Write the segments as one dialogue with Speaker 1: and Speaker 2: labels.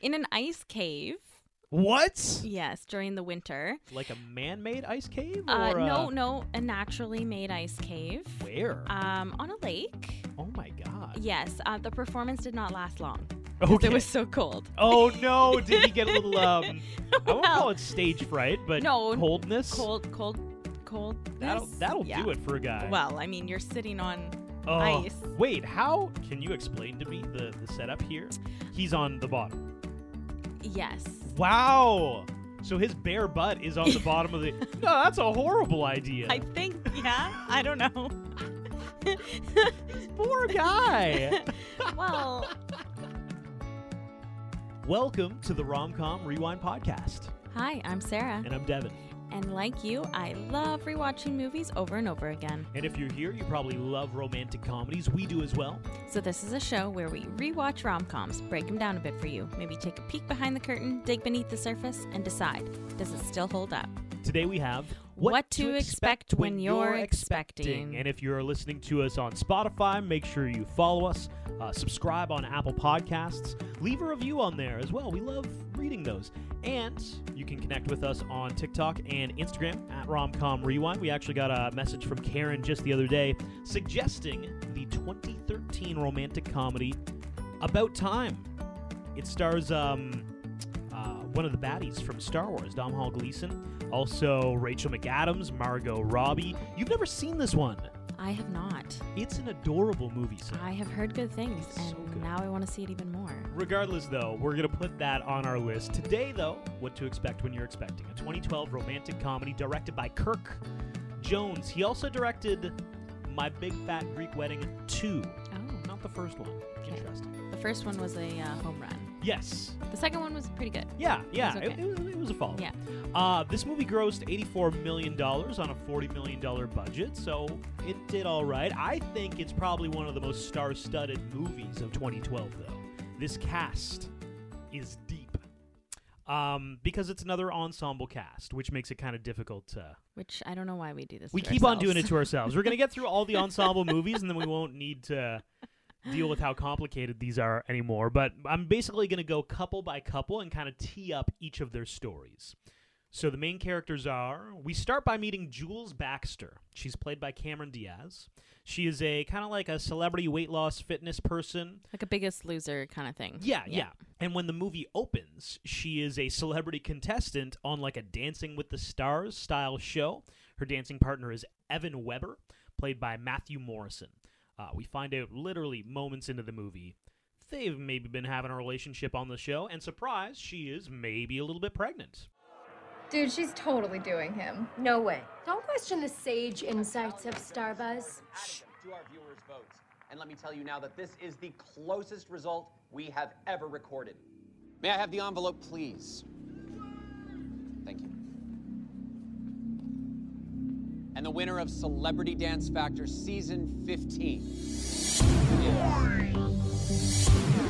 Speaker 1: in an ice cave.
Speaker 2: What?
Speaker 1: Yes, during the winter.
Speaker 2: Like a man-made ice cave?
Speaker 1: Uh,
Speaker 2: or a-
Speaker 1: no, no, a naturally made ice cave.
Speaker 2: Where?
Speaker 1: Um, on a lake.
Speaker 2: oh my god.
Speaker 1: Yes, uh, the performance did not last long. 'cause
Speaker 2: Okay.
Speaker 1: It was so cold.
Speaker 2: oh no! Did he get a little um? I won't
Speaker 1: Well,
Speaker 2: call it stage fright, but
Speaker 1: no,
Speaker 2: coldness.
Speaker 1: cold, cold, cold.
Speaker 2: That'll that'll do it for a guy.
Speaker 1: Well, I mean, you're sitting on.
Speaker 2: Oh,
Speaker 1: ice.
Speaker 2: Wait, how can you explain to me the the setup here? He's on the bottom.
Speaker 1: Yes.
Speaker 2: Wow. So his bare butt is on the bottom of the. No, that's a horrible idea.
Speaker 1: I think. Yeah. I don't know.
Speaker 2: Poor guy.
Speaker 1: well,
Speaker 2: Welcome to the Romcom Rewind podcast,
Speaker 1: hi, I'm Sarah,
Speaker 2: and I'm Devin.
Speaker 1: and like you, I love rewatching movies over and over again.
Speaker 2: And if you're here, you probably love romantic comedies. We do as well.
Speaker 1: So this is a show where we rewatch rom-coms, break them down a bit for you, maybe take a peek behind the curtain, dig beneath the surface, and decide does it still hold up?
Speaker 2: Today we have
Speaker 1: What to expect when you're expecting.
Speaker 2: And if you're listening to us on Spotify, make sure you follow us, uh, subscribe on Apple Podcasts, leave a review on there as well. We love reading those. And you can connect with us on TikTok and Instagram at Romcom Rewind. We actually got a message from Karen just the other day suggesting the 2013 romantic comedy About Time. It stars um, uh, one of the baddies from Star Wars, Dom Hall Gleason. Also, Rachel McAdams, Margot Robbie. You've never seen this one.
Speaker 1: I have not.
Speaker 2: It's an adorable movie. Sam.
Speaker 1: I have heard good things,
Speaker 2: It's
Speaker 1: and
Speaker 2: so good.
Speaker 1: now I want to see it even more.
Speaker 2: Regardless, though, we're going to put that on our list. Today, though, what to expect when you're expecting a 2012 romantic comedy directed by Kirk Jones. He also directed My Big Fat Greek Wedding 2.
Speaker 1: Oh,
Speaker 2: Not the first one.
Speaker 1: Okay.
Speaker 2: Interesting.
Speaker 1: the first one was a uh, home run.
Speaker 2: Yes.
Speaker 1: The second one was pretty good.
Speaker 2: Yeah, yeah,
Speaker 1: was
Speaker 2: it,
Speaker 1: okay.
Speaker 2: it, was, it was a follow.
Speaker 1: Yeah.
Speaker 2: Uh, this movie grossed $84 million on a $40 million budget, so it did all right. I think it's probably one of the most star studded movies of 2012, though. This cast is deep um, because it's another ensemble cast, which makes it kind of difficult to.
Speaker 1: Which I don't know why we do this.
Speaker 2: We
Speaker 1: to
Speaker 2: keep on doing it
Speaker 1: ourselves.
Speaker 2: to ourselves. We're going to get through all the ensemble movies, and then we won't need to deal with how complicated these are anymore. But I'm basically going to go couple by couple and kind of tee up each of their stories. So the main characters are we start by meeting Jules Baxter. She's played by Cameron Diaz. She is a kind of like a celebrity weight loss fitness person.
Speaker 1: like a biggest loser kind of thing.
Speaker 2: Yeah, yeah, And when the movie opens, she is a celebrity contestant on like a Dancing with the Stars style show. Her dancing partner is Evan Weber, played by Matthew Morrison. Uh, we find out literally moments into the movie they've maybe been having a relationship on the show, and surprise, she is maybe a little bit pregnant.
Speaker 3: Dude, she's totally doing him.
Speaker 4: No way. Don't question the sage insights of Starbuzz.
Speaker 5: Addison, to our viewers' votes. And let me tell you now that this is the closest result we have ever recorded. May I have the envelope, please? Thank you. And the winner of Celebrity Dance Factor Season 15 is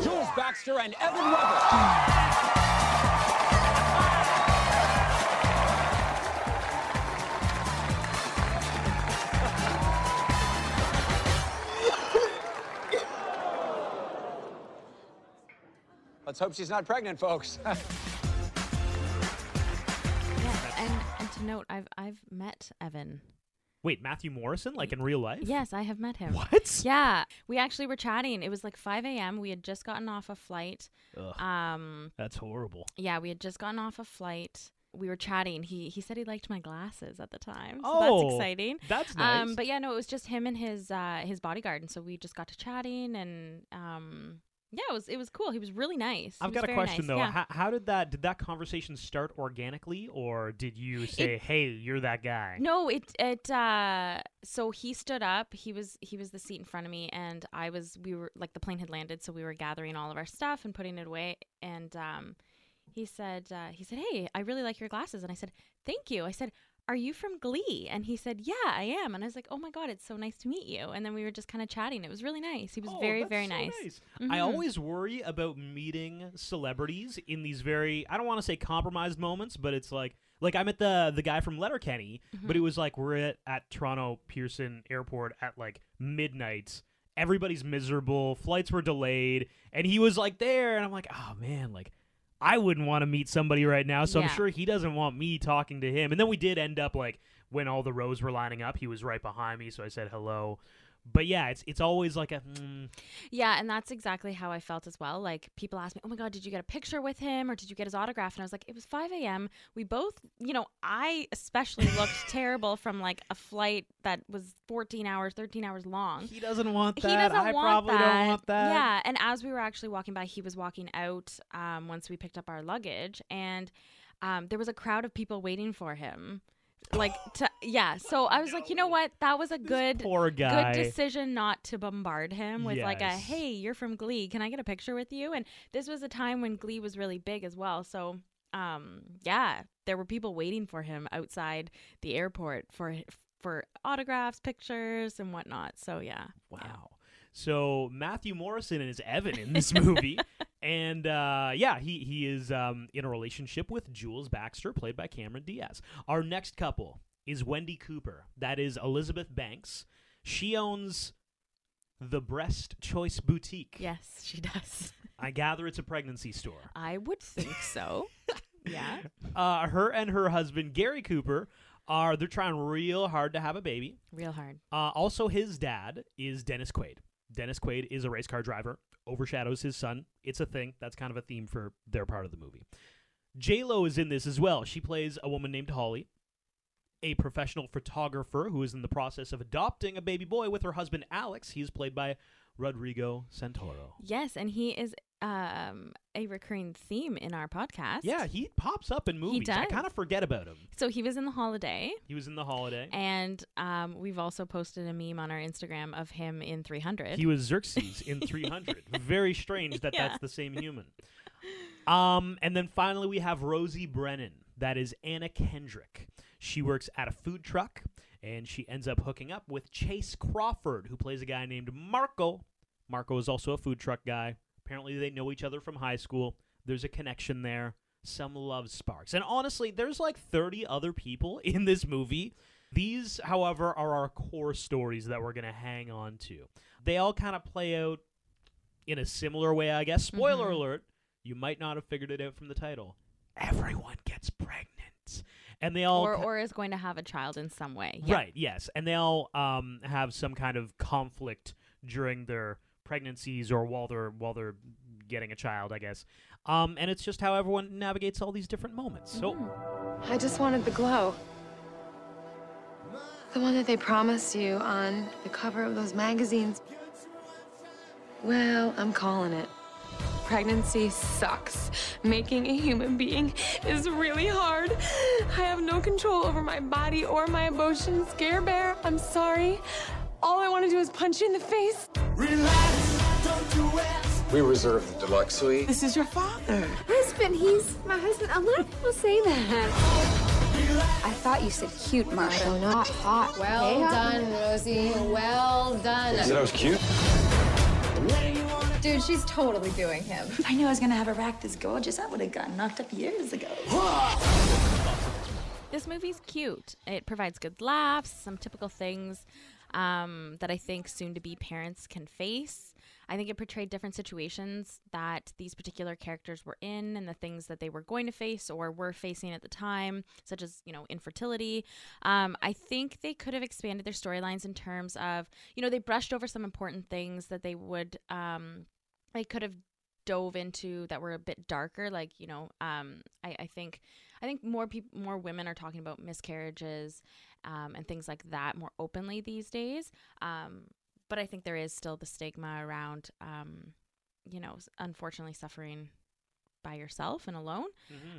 Speaker 5: Jules Baxter and Evan Weber. Let's hope she's not pregnant, folks.
Speaker 1: Yeah, And, and to note, I've I've met Evan.
Speaker 2: Wait, Matthew Morrison, like in real life?
Speaker 1: Yes, I have met him.
Speaker 2: What?
Speaker 1: Yeah, we actually were chatting. It was like 5 a.m. We had just gotten off a flight.
Speaker 2: Ugh,
Speaker 1: Um,
Speaker 2: that's horrible.
Speaker 1: yeah, we had just gotten off a flight. We were chatting. He he said he liked my glasses at the time, so
Speaker 2: Oh,
Speaker 1: that's exciting.
Speaker 2: that's nice.
Speaker 1: Um, but yeah, no, it was just him and his uh, his bodyguard, and so we just got to chatting, and um, yeah, it was it was cool. He was really nice. He
Speaker 2: I've
Speaker 1: was
Speaker 2: got a
Speaker 1: very
Speaker 2: question
Speaker 1: nice.
Speaker 2: though.
Speaker 1: Yeah.
Speaker 2: How, how did that did that conversation start organically, or did you say, "Hey, you're that guy"?
Speaker 1: No, it it uh so he stood up. He was he was the seat in front of me and I was we were like the plane had landed so we were gathering all of our stuff and putting it away and um he said uh, he said, "Hey, I really like your glasses." And I said, "Thank you." I said, "Are you from Glee?" And he said, "Yeah, I am." And I was like, "Oh my god, it's so nice to meet you." And then we were just kind of chatting. It was really nice. He was
Speaker 2: Oh,
Speaker 1: very
Speaker 2: that's
Speaker 1: very
Speaker 2: so
Speaker 1: nice.
Speaker 2: I
Speaker 1: Mhm.
Speaker 2: always worry about meeting celebrities in these very I don't want to say compromised moments, but it's like like I met the the guy from Letterkenny,
Speaker 1: Mm-hmm.
Speaker 2: but it was like we're at, at Toronto Pearson Airport at like midnight. Everybody's miserable, flights were delayed, and he was like there and I'm like, "Oh man, like I wouldn't want to meet somebody right now, so I'm
Speaker 1: Yeah.
Speaker 2: sure he doesn't want me talking to him. And then we did end up like when all the rows were lining up, he was right behind me, so I said hello. But yeah, it's it's always like a mm,
Speaker 1: Yeah, and that's exactly how I felt as well. Like people asked me, "Oh my god, did you get a picture with him or did you get his autograph?" And I was like, "It was 5 a.m. We both, you know, I especially looked terrible from like a flight that was 14 hours, 13 hours long."
Speaker 2: he doesn't want that.
Speaker 1: he doesn't
Speaker 2: I
Speaker 1: want
Speaker 2: probably
Speaker 1: that.
Speaker 2: don't want that.
Speaker 1: Yeah, and as we were actually walking by, he was walking out um, once we picked up our luggage, and um, there was a crowd of people waiting for him. Like, to, yeah. So I was like, you know what? That was a good
Speaker 2: poor guy.
Speaker 1: good decision not to bombard him with like a
Speaker 2: Yes.
Speaker 1: hey you're from glee can i get a picture with you and this was a time when glee was really big as well so um yeah there were people waiting for him outside the airport for for autographs pictures and whatnot so yeah
Speaker 2: Wow. So Matthew Morrison is Evan in this movie, and uh, yeah, he he is um, in a relationship with Jules Baxter, played by Cameron Diaz. Our next couple is Wendy Cooper. That is Elizabeth Banks. She owns the Breast Choice Boutique.
Speaker 1: yes she does
Speaker 2: I gather it's a pregnancy store.
Speaker 1: i would think so yeah
Speaker 2: Uh, her and her husband Gary Cooper are they're trying real hard to have a baby.
Speaker 1: real hard
Speaker 2: Uh, also, his dad is Dennis Quaid. Dennis Quaid is a race car driver, overshadows his son. It's a thing. That's kind of a theme for their part of the movie. J Lo is in this as well. She plays a woman named Holly, a professional photographer who is in the process of adopting a baby boy with her husband Alex. He's played by Rodrigo Santoro.
Speaker 1: yes and he is um a recurring theme in our podcast
Speaker 2: Yeah, he pops up in movies. I
Speaker 1: does.
Speaker 2: kind of forget about him.
Speaker 1: so he was in the holiday
Speaker 2: He was in The Holiday.
Speaker 1: And um, we've also posted a meme on our Instagram of him in 300.
Speaker 2: He was Xerxes in 300. Very strange that
Speaker 1: Yeah.
Speaker 2: that's the same human. Um, and then finally, we have Rosie Brennan. That is Anna Kendrick. She works at a food truck, and she ends up hooking up with Chase Crawford, who plays a guy named Marco. Marco is also a food truck guy. Apparently, they know each other from high school. There's a connection there. Some love sparks. And honestly, there's like 30 other people in this movie. These, however, are our core stories that we're going to hang on to. They all kind of play out in a similar way, I guess. Spoiler
Speaker 1: Mm-hmm.
Speaker 2: alert, you might not have figured it out from the title. Everyone gets pregnant. And they all
Speaker 1: or,
Speaker 2: ki-
Speaker 1: or is going to have a child in some way. Yeah.
Speaker 2: Right. Yes, and they'll um, have some kind of conflict during their pregnancies or while they're while they're getting a child, I guess. Um, and it's just how everyone navigates all these different moments. So
Speaker 1: Mm-hmm.
Speaker 6: I just wanted the glow. The one that they promised you on the cover of those magazines. Well, I'm calling it. Pregnancy sucks. Making a human being is really hard. I have no control over my body or my emotions, Scare Bear. I'm sorry. All I want to do is punch you in the face.
Speaker 7: We reserve the deluxe suite.
Speaker 8: This is your father.
Speaker 4: Husband, he's my husband. A lot of people say that. I thought you said cute, Marshall. Not hot.
Speaker 6: Well done, Rosie. Well done.
Speaker 7: That was cute.
Speaker 3: Dude, she's totally doing him.
Speaker 9: If I knew I was gonna have a rack this gorgeous, I would have gotten knocked up years ago.
Speaker 1: This movie's cute. It provides good laughs, some typical things um, that I think soon to be parents can face. I think it portrayed different situations that these particular characters were in and the things that they were going to face or were facing at the time, such as, you know, infertility. Um, I think they could have expanded their storylines in terms of, you know, they brushed over some important things that they would, um, they could have dove into that were a bit darker like you know um i, I think i think more people more women are talking about miscarriages um, and things like that more openly these days um but i think there is still the stigma around um you know s- unfortunately suffering by yourself and alone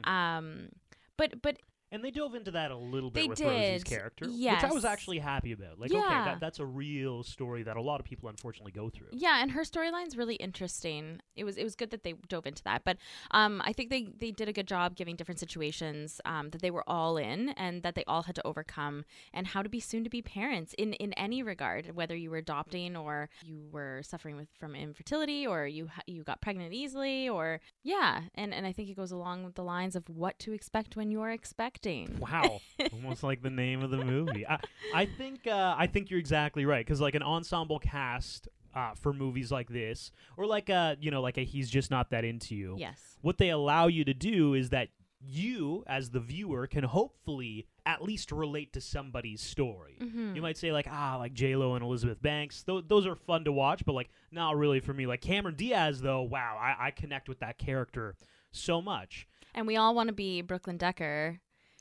Speaker 1: um but but
Speaker 2: and they dove into that a little bit
Speaker 1: They
Speaker 2: with Rosie's
Speaker 1: did,
Speaker 2: character, which I
Speaker 1: yes.
Speaker 2: was actually happy about. Like, okay,
Speaker 1: Yeah.
Speaker 2: that, that's a real story that a lot of people unfortunately go through.
Speaker 1: Yeah, and her storyline's really interesting. It was it was good that they dove into that, but um, I think they they did a good job giving different situations um, that they were all in and that they all had to overcome, and how to be soon to be parents in in any regard, whether you were adopting or you were suffering with from infertility or you ha- you got pregnant easily or yeah, and and I think it goes along with the lines of what to expect when you're expecting.
Speaker 2: Wow, almost like the name of the movie. I, I think uh, I think you're exactly right because like an ensemble cast uh, for movies like this, or like a you know like a he's just not that into you.
Speaker 1: Yes.
Speaker 2: What they allow you to do is that you, as the viewer, can hopefully at least relate to somebody's story. You might say like ah like J Lo and Elizabeth Banks. Th- those are fun to watch, but like not really for me. Like Cameron Diaz though, wow, I, I connect with that character so much.
Speaker 1: And we all want to be Brooklyn Decker,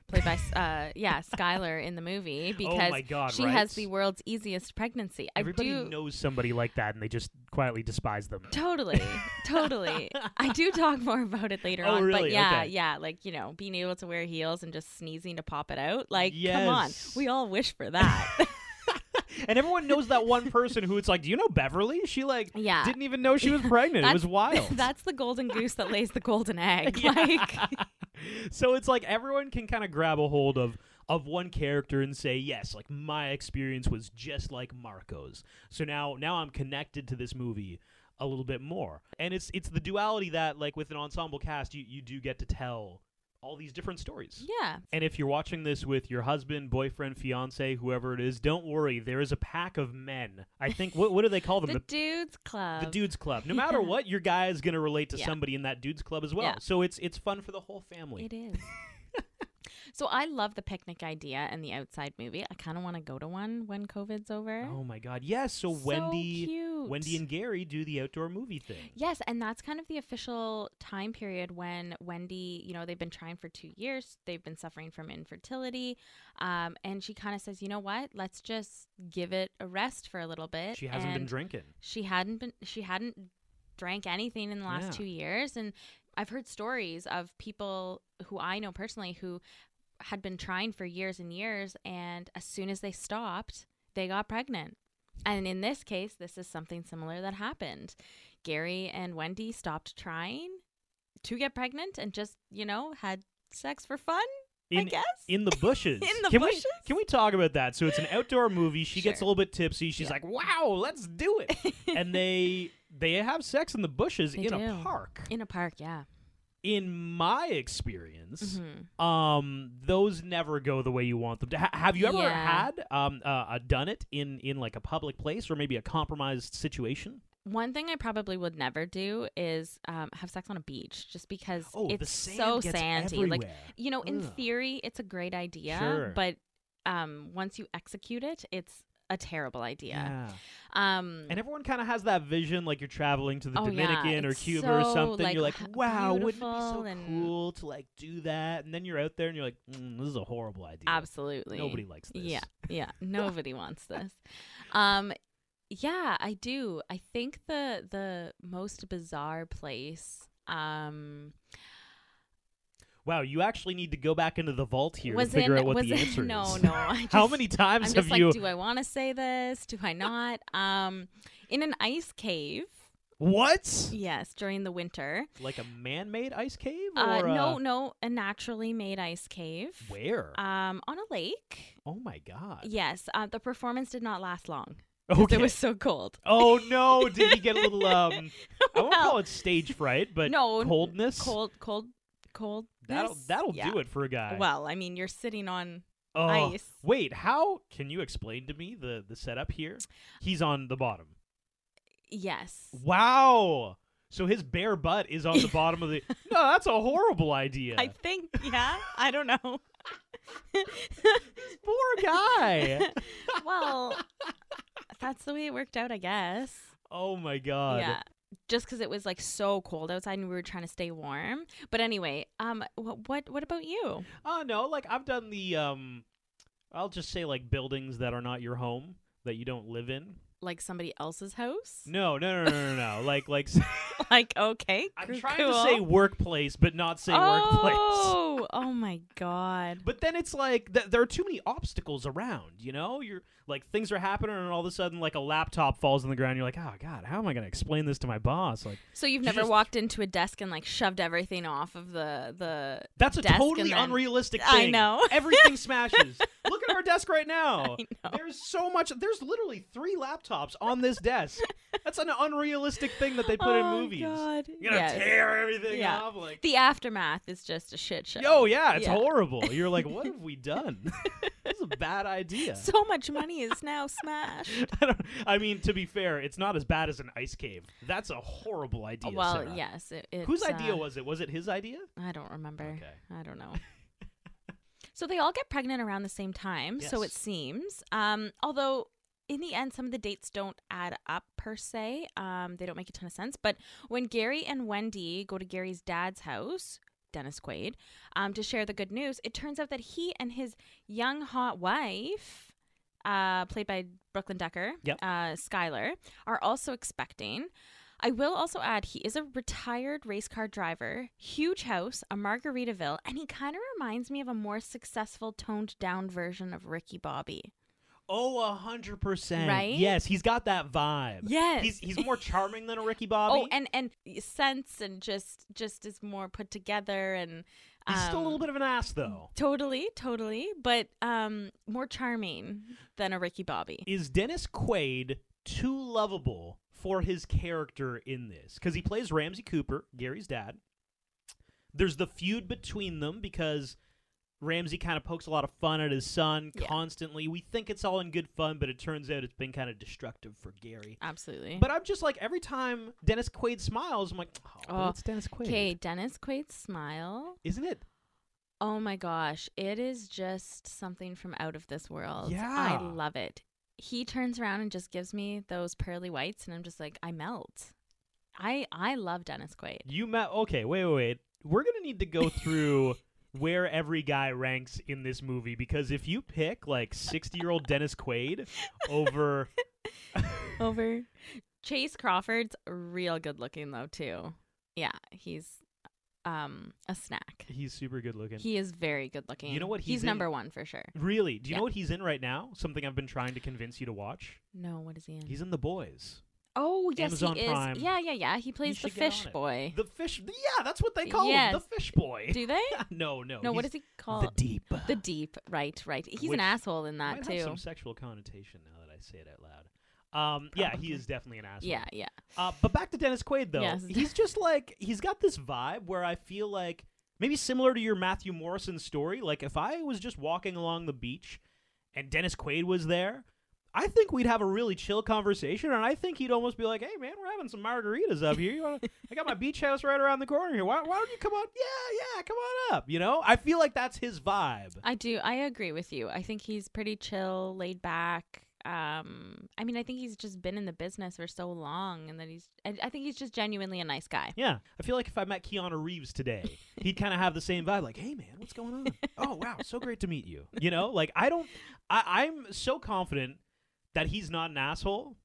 Speaker 1: played by uh, yeah Skylar in the movie because
Speaker 2: Oh my God,
Speaker 1: she
Speaker 2: right?
Speaker 1: has the world's easiest pregnancy. I
Speaker 2: Everybody
Speaker 1: do
Speaker 2: knows somebody like that, and they just quietly despise them.
Speaker 1: totally, totally. I do talk more about it later
Speaker 2: Oh,
Speaker 1: on,
Speaker 2: really?
Speaker 1: but yeah,
Speaker 2: Okay.
Speaker 1: yeah, like you know, being able to wear heels and just sneezing to pop it out. Like, come on,
Speaker 2: Yes.
Speaker 1: we all wish for that.
Speaker 2: And everyone knows that one person who it's like, do you know Beverly? She like
Speaker 1: Yeah.
Speaker 2: didn't even know she was pregnant. it
Speaker 1: That's-
Speaker 2: was wild.
Speaker 1: That's the golden goose that lays the golden egg. Like,
Speaker 2: so it's like everyone can kind of grab a hold of of one character and say, yes, like my experience was just like Marco's. So now now I'm connected to this movie a little bit more. And it's it's the duality that like with an ensemble cast you, you do get to tell all these different stories.
Speaker 1: yeah,
Speaker 2: And if you're watching this with your husband, boyfriend, fiance, whoever it is, don't worry. There is a pack of men. I think what what do they call them?
Speaker 1: the, dudes club.
Speaker 2: the dudes club. No matter what, your guy is going to relate to
Speaker 1: Yeah.
Speaker 2: somebody in that dudes club as well.
Speaker 1: Yeah.
Speaker 2: So it's it's fun for the whole family.
Speaker 1: It is. so I love the picnic idea and the outside movie. I kind of want to go to one when COVID's over.
Speaker 2: Oh my god. Yes, so,
Speaker 1: So
Speaker 2: Wendy
Speaker 1: cute.
Speaker 2: Wendy and Gary do the outdoor movie thing.
Speaker 1: Yes, and that's kind of the official time period when Wendy, you know, they've been trying for two years. They've been suffering from infertility. Um, and she kind of says, you know what? Let's just give it a rest for a little bit.
Speaker 2: She hasn't been
Speaker 1: And
Speaker 2: drinking.
Speaker 1: She hadn't been, she hadn't drank anything in the last
Speaker 2: Yeah.
Speaker 1: two years. And I've heard stories of people who I know personally who had been trying for years and years. And as soon as they stopped, they got pregnant. And in this case, this is something similar that happened. Gary and Wendy stopped trying to get pregnant and just, you know, had sex for fun.
Speaker 2: In,
Speaker 1: guess.
Speaker 2: in the bushes.
Speaker 1: In the
Speaker 2: can
Speaker 1: bushes?
Speaker 2: We, can we talk about that? So it's an outdoor movie. She gets a
Speaker 1: Sure.
Speaker 2: little bit tipsy. She's like, "Wow, let's do it!" and they they have sex in the bushes
Speaker 1: They
Speaker 2: in a
Speaker 1: do.
Speaker 2: park.
Speaker 1: In a park, yeah.
Speaker 2: in my experience,
Speaker 1: Mm-hmm.
Speaker 2: um, those never go the way you want them to. Ha- have you ever
Speaker 1: Yeah.
Speaker 2: had um uh, uh, done it in in like a public place or maybe a compromised situation?
Speaker 1: One thing I probably would never do is um, have sex on a beach just because
Speaker 2: Oh, the
Speaker 1: it's
Speaker 2: sand
Speaker 1: so
Speaker 2: gets
Speaker 1: sandy. Like,
Speaker 2: everywhere.
Speaker 1: you know, in
Speaker 2: Ugh.
Speaker 1: theory, it's a great idea,
Speaker 2: Sure.
Speaker 1: but um, once you execute it, it's a terrible idea. Um,
Speaker 2: And everyone kind of has that vision, like you're traveling to the
Speaker 1: Oh, yeah.
Speaker 2: Dominican or
Speaker 1: It's
Speaker 2: Cuba or
Speaker 1: so,
Speaker 2: something.
Speaker 1: like,
Speaker 2: you're like,
Speaker 1: h-
Speaker 2: wow, wouldn't it be
Speaker 1: beautiful
Speaker 2: so
Speaker 1: and-
Speaker 2: cool to like do that? And then you're out there and you're like, mm, this is a horrible idea.
Speaker 1: Absolutely.
Speaker 2: Nobody likes this.
Speaker 1: Yeah. Yeah. Nobody wants this. Um yeah, I do. I think the the most bizarre place um
Speaker 2: Wow, you actually need to go back into the vault here
Speaker 1: was
Speaker 2: to figure
Speaker 1: in
Speaker 2: out what
Speaker 1: was
Speaker 2: the
Speaker 1: in-
Speaker 2: answer is.
Speaker 1: no, no. I just,
Speaker 2: How many
Speaker 1: I'm
Speaker 2: times
Speaker 1: just
Speaker 2: have
Speaker 1: like,
Speaker 2: you?
Speaker 1: do I want to say this? Do I not? um in an ice cave.
Speaker 2: What?
Speaker 1: Yes, during the winter.
Speaker 2: like a man-made ice cave or
Speaker 1: Uh,
Speaker 2: a-
Speaker 1: no, no, a naturally made ice cave.
Speaker 2: where
Speaker 1: Um on a lake.
Speaker 2: oh my god
Speaker 1: Yes, uh, the performance did not last long. 'cause
Speaker 2: okay
Speaker 1: It was so cold.
Speaker 2: oh no did he get a little um i won't
Speaker 1: Well-
Speaker 2: call it stage fright but
Speaker 1: No, n-
Speaker 2: coldness
Speaker 1: cold cold cold
Speaker 2: that'll that'll do it for a guy
Speaker 1: well i mean you're sitting on
Speaker 2: oh,
Speaker 1: ice.
Speaker 2: wait how can you explain to me the the setup here he's on the bottom
Speaker 1: yes
Speaker 2: wow so his bare butt is on the bottom of the no that's a horrible idea
Speaker 1: i think yeah i don't know
Speaker 2: poor guy
Speaker 1: well that's the way it worked out i guess
Speaker 2: oh my god
Speaker 1: yeah just because it was like so cold outside and we were trying to stay warm but anyway um what what, what about you
Speaker 2: Oh no, like I've done the um I'll just say like buildings that are not your home that you don't live in.
Speaker 1: like somebody else's house
Speaker 2: No, no, no, no, no, no. like like
Speaker 1: like okay
Speaker 2: I'm
Speaker 1: cool,
Speaker 2: trying
Speaker 1: cool.
Speaker 2: to say workplace but not say workplace.
Speaker 1: oh, oh my god
Speaker 2: But then it's like th- there are too many obstacles around, you know? You're like things are happening and all of a sudden like a laptop falls on the ground. You're like, "Oh god, how am I going to explain this to my boss?" Like
Speaker 1: So you've
Speaker 2: You
Speaker 1: never
Speaker 2: just-
Speaker 1: walked into a desk and like shoved everything off of the the.
Speaker 2: that's a
Speaker 1: desk
Speaker 2: totally
Speaker 1: and then-
Speaker 2: unrealistic thing.
Speaker 1: I know.
Speaker 2: Everything smashes. Look at our desk right now.
Speaker 1: I know.
Speaker 2: There's so much. There's literally three laptops on this desk. That's an unrealistic thing that they put in
Speaker 1: Oh,
Speaker 2: movies.
Speaker 1: God.
Speaker 2: You're gonna
Speaker 1: Yes.
Speaker 2: tear everything
Speaker 1: Yeah.
Speaker 2: off. Like,
Speaker 1: The aftermath is just a shit show.
Speaker 2: yo, yeah, it's
Speaker 1: Yeah.
Speaker 2: horrible. You're like, what have we done? this is a a bad idea.
Speaker 1: So much money is now smashed.
Speaker 2: I, don't, I mean, to be fair, it's not as bad as an ice cave. That's a horrible idea.
Speaker 1: well,
Speaker 2: Sarah.
Speaker 1: yes. It, it's,
Speaker 2: Whose idea
Speaker 1: uh,
Speaker 2: was it? Was it his idea?
Speaker 1: I don't remember.
Speaker 2: Okay.
Speaker 1: I don't know. so they all get pregnant around the same time, so it
Speaker 2: Yes.
Speaker 1: seems. Um, although in the end, some of the dates don't add up per se. Um, they don't make a ton of sense. But when Gary and Wendy go to Gary's dad's house, Dennis Quaid, um, to share the good news, it turns out that he and his young hot wife, uh, played by Brooklyn Decker,
Speaker 2: Yep.
Speaker 1: uh, Skylar, are also expecting. I will also add he is a retired race car driver, huge house, a Margaritaville, and he kind of reminds me of a more successful, toned down version of Ricky Bobby.
Speaker 2: Oh, a hundred percent.
Speaker 1: Right?
Speaker 2: Yes, he's got that vibe.
Speaker 1: Yes.
Speaker 2: He's he's more charming than a Ricky Bobby.
Speaker 1: Oh, and and sense and just just is more put together and um,
Speaker 2: he's still a little bit of an ass though.
Speaker 1: totally totally, but um more charming than a Ricky Bobby.
Speaker 2: Is Dennis Quaid too lovable for his character in this? Because he plays Ramsey Cooper, Gary's dad. There's the feud between them because Ramsey kind of pokes a lot of fun at his son
Speaker 1: Yeah.
Speaker 2: constantly. We think it's all in good fun, but it turns out it's been kind of destructive for Gary.
Speaker 1: Absolutely.
Speaker 2: But I'm just like every time Dennis Quaid smiles, I'm like, oh, but
Speaker 1: Oh,
Speaker 2: it's Dennis Quaid,
Speaker 1: okay, Dennis Quaid's smile.
Speaker 2: isn't it?
Speaker 1: Oh my gosh, it is just something from out of this world.
Speaker 2: Yeah.
Speaker 1: I love it. He turns around and just gives me those pearly whites and I'm just like I melt. I I love Dennis Quaid.
Speaker 2: You met. Okay, wait, wait, wait. We're gonna need to go through where every guy ranks in this movie because if you pick like sixty-year-old Dennis Quaid over,
Speaker 1: Over. Chase Crawford's real good looking though too. Yeah, he's um a snack.
Speaker 2: he's super good looking.
Speaker 1: He is very good looking.
Speaker 2: You know what
Speaker 1: He's,
Speaker 2: he's in-
Speaker 1: number 1 for sure.
Speaker 2: really? Do you know
Speaker 1: Yeah.
Speaker 2: what he's in right now? Something I've been trying to convince you to watch.
Speaker 1: No, what is he in?
Speaker 2: He's in The Boys.
Speaker 1: oh, yes
Speaker 2: Amazon
Speaker 1: he is.
Speaker 2: Prime.
Speaker 1: Yeah, yeah, yeah. He
Speaker 2: You
Speaker 1: plays the
Speaker 2: should get on
Speaker 1: fish
Speaker 2: it.
Speaker 1: boy.
Speaker 2: The fish. Yeah, that's what they call him.
Speaker 1: Yes.
Speaker 2: The fish boy.
Speaker 1: Do they?
Speaker 2: no, no.
Speaker 1: No, what
Speaker 2: he's
Speaker 1: is he called?
Speaker 2: The deep.
Speaker 1: The deep, right, right. He's
Speaker 2: Which
Speaker 1: an asshole in that
Speaker 2: Might
Speaker 1: too.
Speaker 2: have some sexual connotation now that I say it out loud. Um, yeah, he
Speaker 1: Probably.
Speaker 2: is definitely an asshole.
Speaker 1: yeah, yeah.
Speaker 2: Uh, but back to Dennis Quaid though.
Speaker 1: Yes.
Speaker 2: He's just like he's got this vibe where I feel like maybe similar to your Matthew Morrison story, like if I was just walking along the beach and Dennis Quaid was there, I think we'd have a really chill conversation and I think he'd almost be like, "Hey man, we're having some margaritas up here. You wanna, I got my beach house right around the corner here. Why, why don't you come on? Yeah, yeah, come on up." You know? I feel like that's his vibe.
Speaker 1: I do. I agree with you. I think he's pretty chill, laid back. Um, I mean, I think he's just been in the business for so long, and that he's. I, I think he's just genuinely a nice guy.
Speaker 2: Yeah, I feel like if I met Keanu Reeves today, he'd kind of have the same vibe. Like, hey man, what's going on? oh wow, so great to meet you. You know, like I don't, I, I'm so confident that he's not an asshole.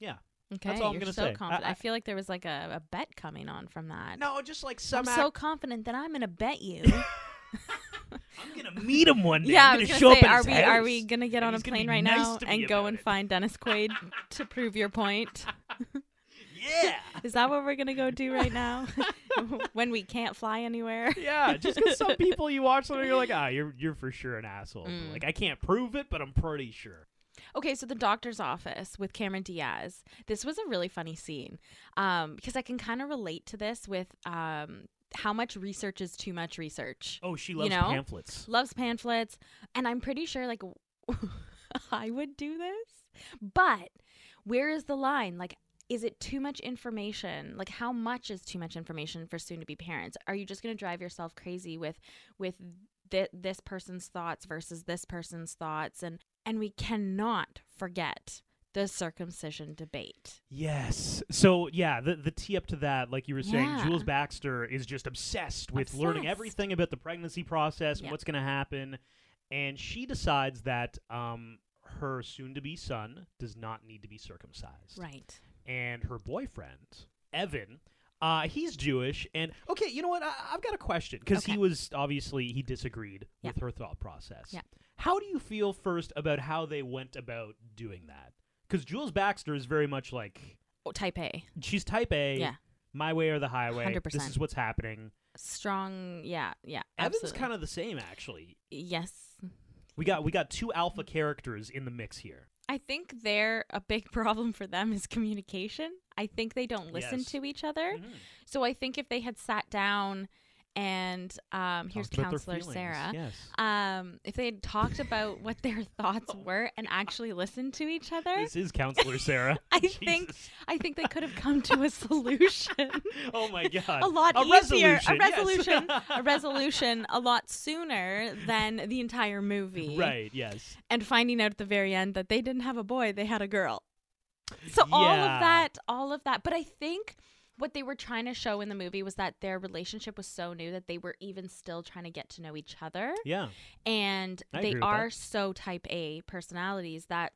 Speaker 2: Yeah.
Speaker 1: Okay,
Speaker 2: all I'm
Speaker 1: you're
Speaker 2: gonna
Speaker 1: so
Speaker 2: say. I-
Speaker 1: confident. I,
Speaker 2: I-
Speaker 1: feel like there was like a, a bet coming on from that.
Speaker 2: No, just like
Speaker 1: I'm
Speaker 2: some.
Speaker 1: so confident that I'm gonna bet you.
Speaker 2: I'm gonna meet him one day.
Speaker 1: yeah, I
Speaker 2: I'm
Speaker 1: was
Speaker 2: gonna
Speaker 1: gonna
Speaker 2: show
Speaker 1: say,
Speaker 2: up at
Speaker 1: are
Speaker 2: his
Speaker 1: we
Speaker 2: house,
Speaker 1: are we gonna get
Speaker 2: and
Speaker 1: on a
Speaker 2: he's be
Speaker 1: plane right
Speaker 2: nice
Speaker 1: now
Speaker 2: to me
Speaker 1: and go
Speaker 2: about
Speaker 1: and
Speaker 2: it.
Speaker 1: find Dennis Quaid to prove your point?
Speaker 2: Yeah.
Speaker 1: Is that what we're gonna go do right now? when we can't fly anywhere?
Speaker 2: Yeah, just because some people you watch them and you're like, ah, you're you're for sure an asshole. But,
Speaker 1: Mm.
Speaker 2: Like I can't prove it, but I'm pretty sure.
Speaker 1: Okay, so the doctor's office with Cameron Diaz. This was a really funny scene um, because I can kind of relate to this with um, how much research is too much research.
Speaker 2: Oh, she
Speaker 1: You
Speaker 2: loves
Speaker 1: know?
Speaker 2: pamphlets.
Speaker 1: Loves pamphlets, and I'm pretty sure like I would do this, but where is the line? Like, is it too much information? Like, how much is too much information for soon-to-be parents? Are you just going to drive yourself crazy with with th- this person's thoughts versus this person's thoughts? And and we cannot forget the circumcision debate.
Speaker 2: Yes. So yeah, the the tee up to that, like you were saying,
Speaker 1: Yeah.
Speaker 2: Jules Baxter is just obsessed with learning
Speaker 1: Obsessed.
Speaker 2: everything about the pregnancy process and
Speaker 1: Yep.
Speaker 2: what's going to happen, and she decides that um her soon to be son does not need to be circumcised,
Speaker 1: Right.
Speaker 2: and her boyfriend Evan. Uh, he's Jewish, and okay, you know what? I, I've got a question because he
Speaker 1: Okay.
Speaker 2: was obviously he disagreed
Speaker 1: Yeah.
Speaker 2: with her thought process.
Speaker 1: Yeah.
Speaker 2: How do you feel first about how they went about doing that? Because Jules Baxter is very much like
Speaker 1: Oh, type A.
Speaker 2: she's type A.
Speaker 1: Yeah.
Speaker 2: My way or the highway.
Speaker 1: 100%.
Speaker 2: This is what's happening.
Speaker 1: Strong. Yeah. Yeah.
Speaker 2: Evan's kind of the same actually.
Speaker 1: yes.
Speaker 2: We got we got two alpha characters in the mix here.
Speaker 1: I think they're a big problem for them is communication. I think they don't listen
Speaker 2: Yes.
Speaker 1: to each other.
Speaker 2: Mhm.
Speaker 1: So I think if they had sat down and um, here's
Speaker 2: Talked about their
Speaker 1: counselor
Speaker 2: feelings,
Speaker 1: Sarah.
Speaker 2: yes.
Speaker 1: Um, if they had talked about what their thoughts were and actually listened to each other,
Speaker 2: This is Counselor Sarah.
Speaker 1: I think
Speaker 2: Jesus.
Speaker 1: I think they could have come to a solution.
Speaker 2: Oh my God.
Speaker 1: a lot
Speaker 2: A
Speaker 1: easier.
Speaker 2: resolution,
Speaker 1: a
Speaker 2: yes.
Speaker 1: resolution. a resolution a lot sooner than the entire movie.
Speaker 2: Right, yes.
Speaker 1: And finding out at the very end that they didn't have a boy, they had a girl. So all
Speaker 2: Yeah.
Speaker 1: of that, all of that. But I think what they were trying to show in the movie was that their relationship was so new that they were even still trying to get to know each other
Speaker 2: Yeah.
Speaker 1: and
Speaker 2: I
Speaker 1: they
Speaker 2: agree with
Speaker 1: are
Speaker 2: that.
Speaker 1: so type A personalities that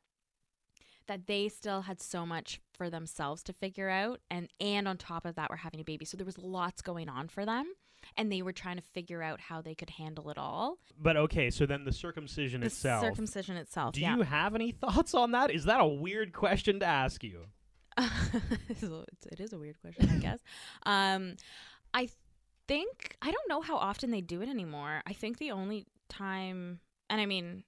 Speaker 1: that they still had so much for themselves to figure out and and on top of that were having a baby so there was lots going on for them and they were trying to figure out how they could handle it all
Speaker 2: But okay, so then the circumcision
Speaker 1: the
Speaker 2: itself.
Speaker 1: circumcision itself
Speaker 2: do
Speaker 1: yeah
Speaker 2: you have any thoughts on that? Is that a weird question to ask you?
Speaker 1: So it's, it is a weird question i guess um i think i don't know how often they do it anymore i think the only time and i mean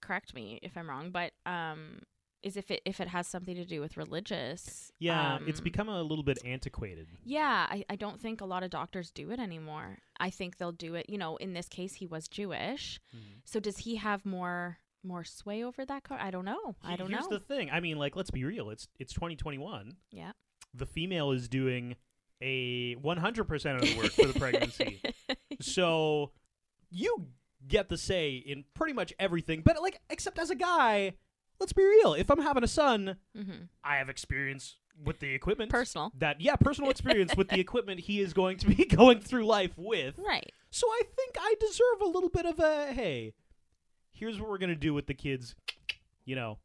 Speaker 1: correct me if i'm wrong but um is if it if it has something to do with religious
Speaker 2: Yeah, it's
Speaker 1: um,
Speaker 2: become a little bit antiquated.
Speaker 1: yeah I, I don't think a lot of doctors do it anymore i think they'll do it you know in this case he was jewish
Speaker 2: Mm-hmm.
Speaker 1: so does he have more more sway over that car i don't know i
Speaker 2: He-
Speaker 1: don't
Speaker 2: Here's
Speaker 1: know
Speaker 2: the thing. I mean, like, let's be real. It's it's 2021.
Speaker 1: yeah
Speaker 2: The female is doing a 100 percent of the work for the pregnancy. So you get the say in pretty much everything. But like, except as a guy, let's be real. If I'm having a son,
Speaker 1: Mhm.
Speaker 2: I have experience with the equipment.
Speaker 1: Personal.
Speaker 2: That yeah, personal experience with the equipment he is going to be going through life with.
Speaker 1: right
Speaker 2: So I think I deserve a little bit of a hey, here's what we're going to do with the kids, you know,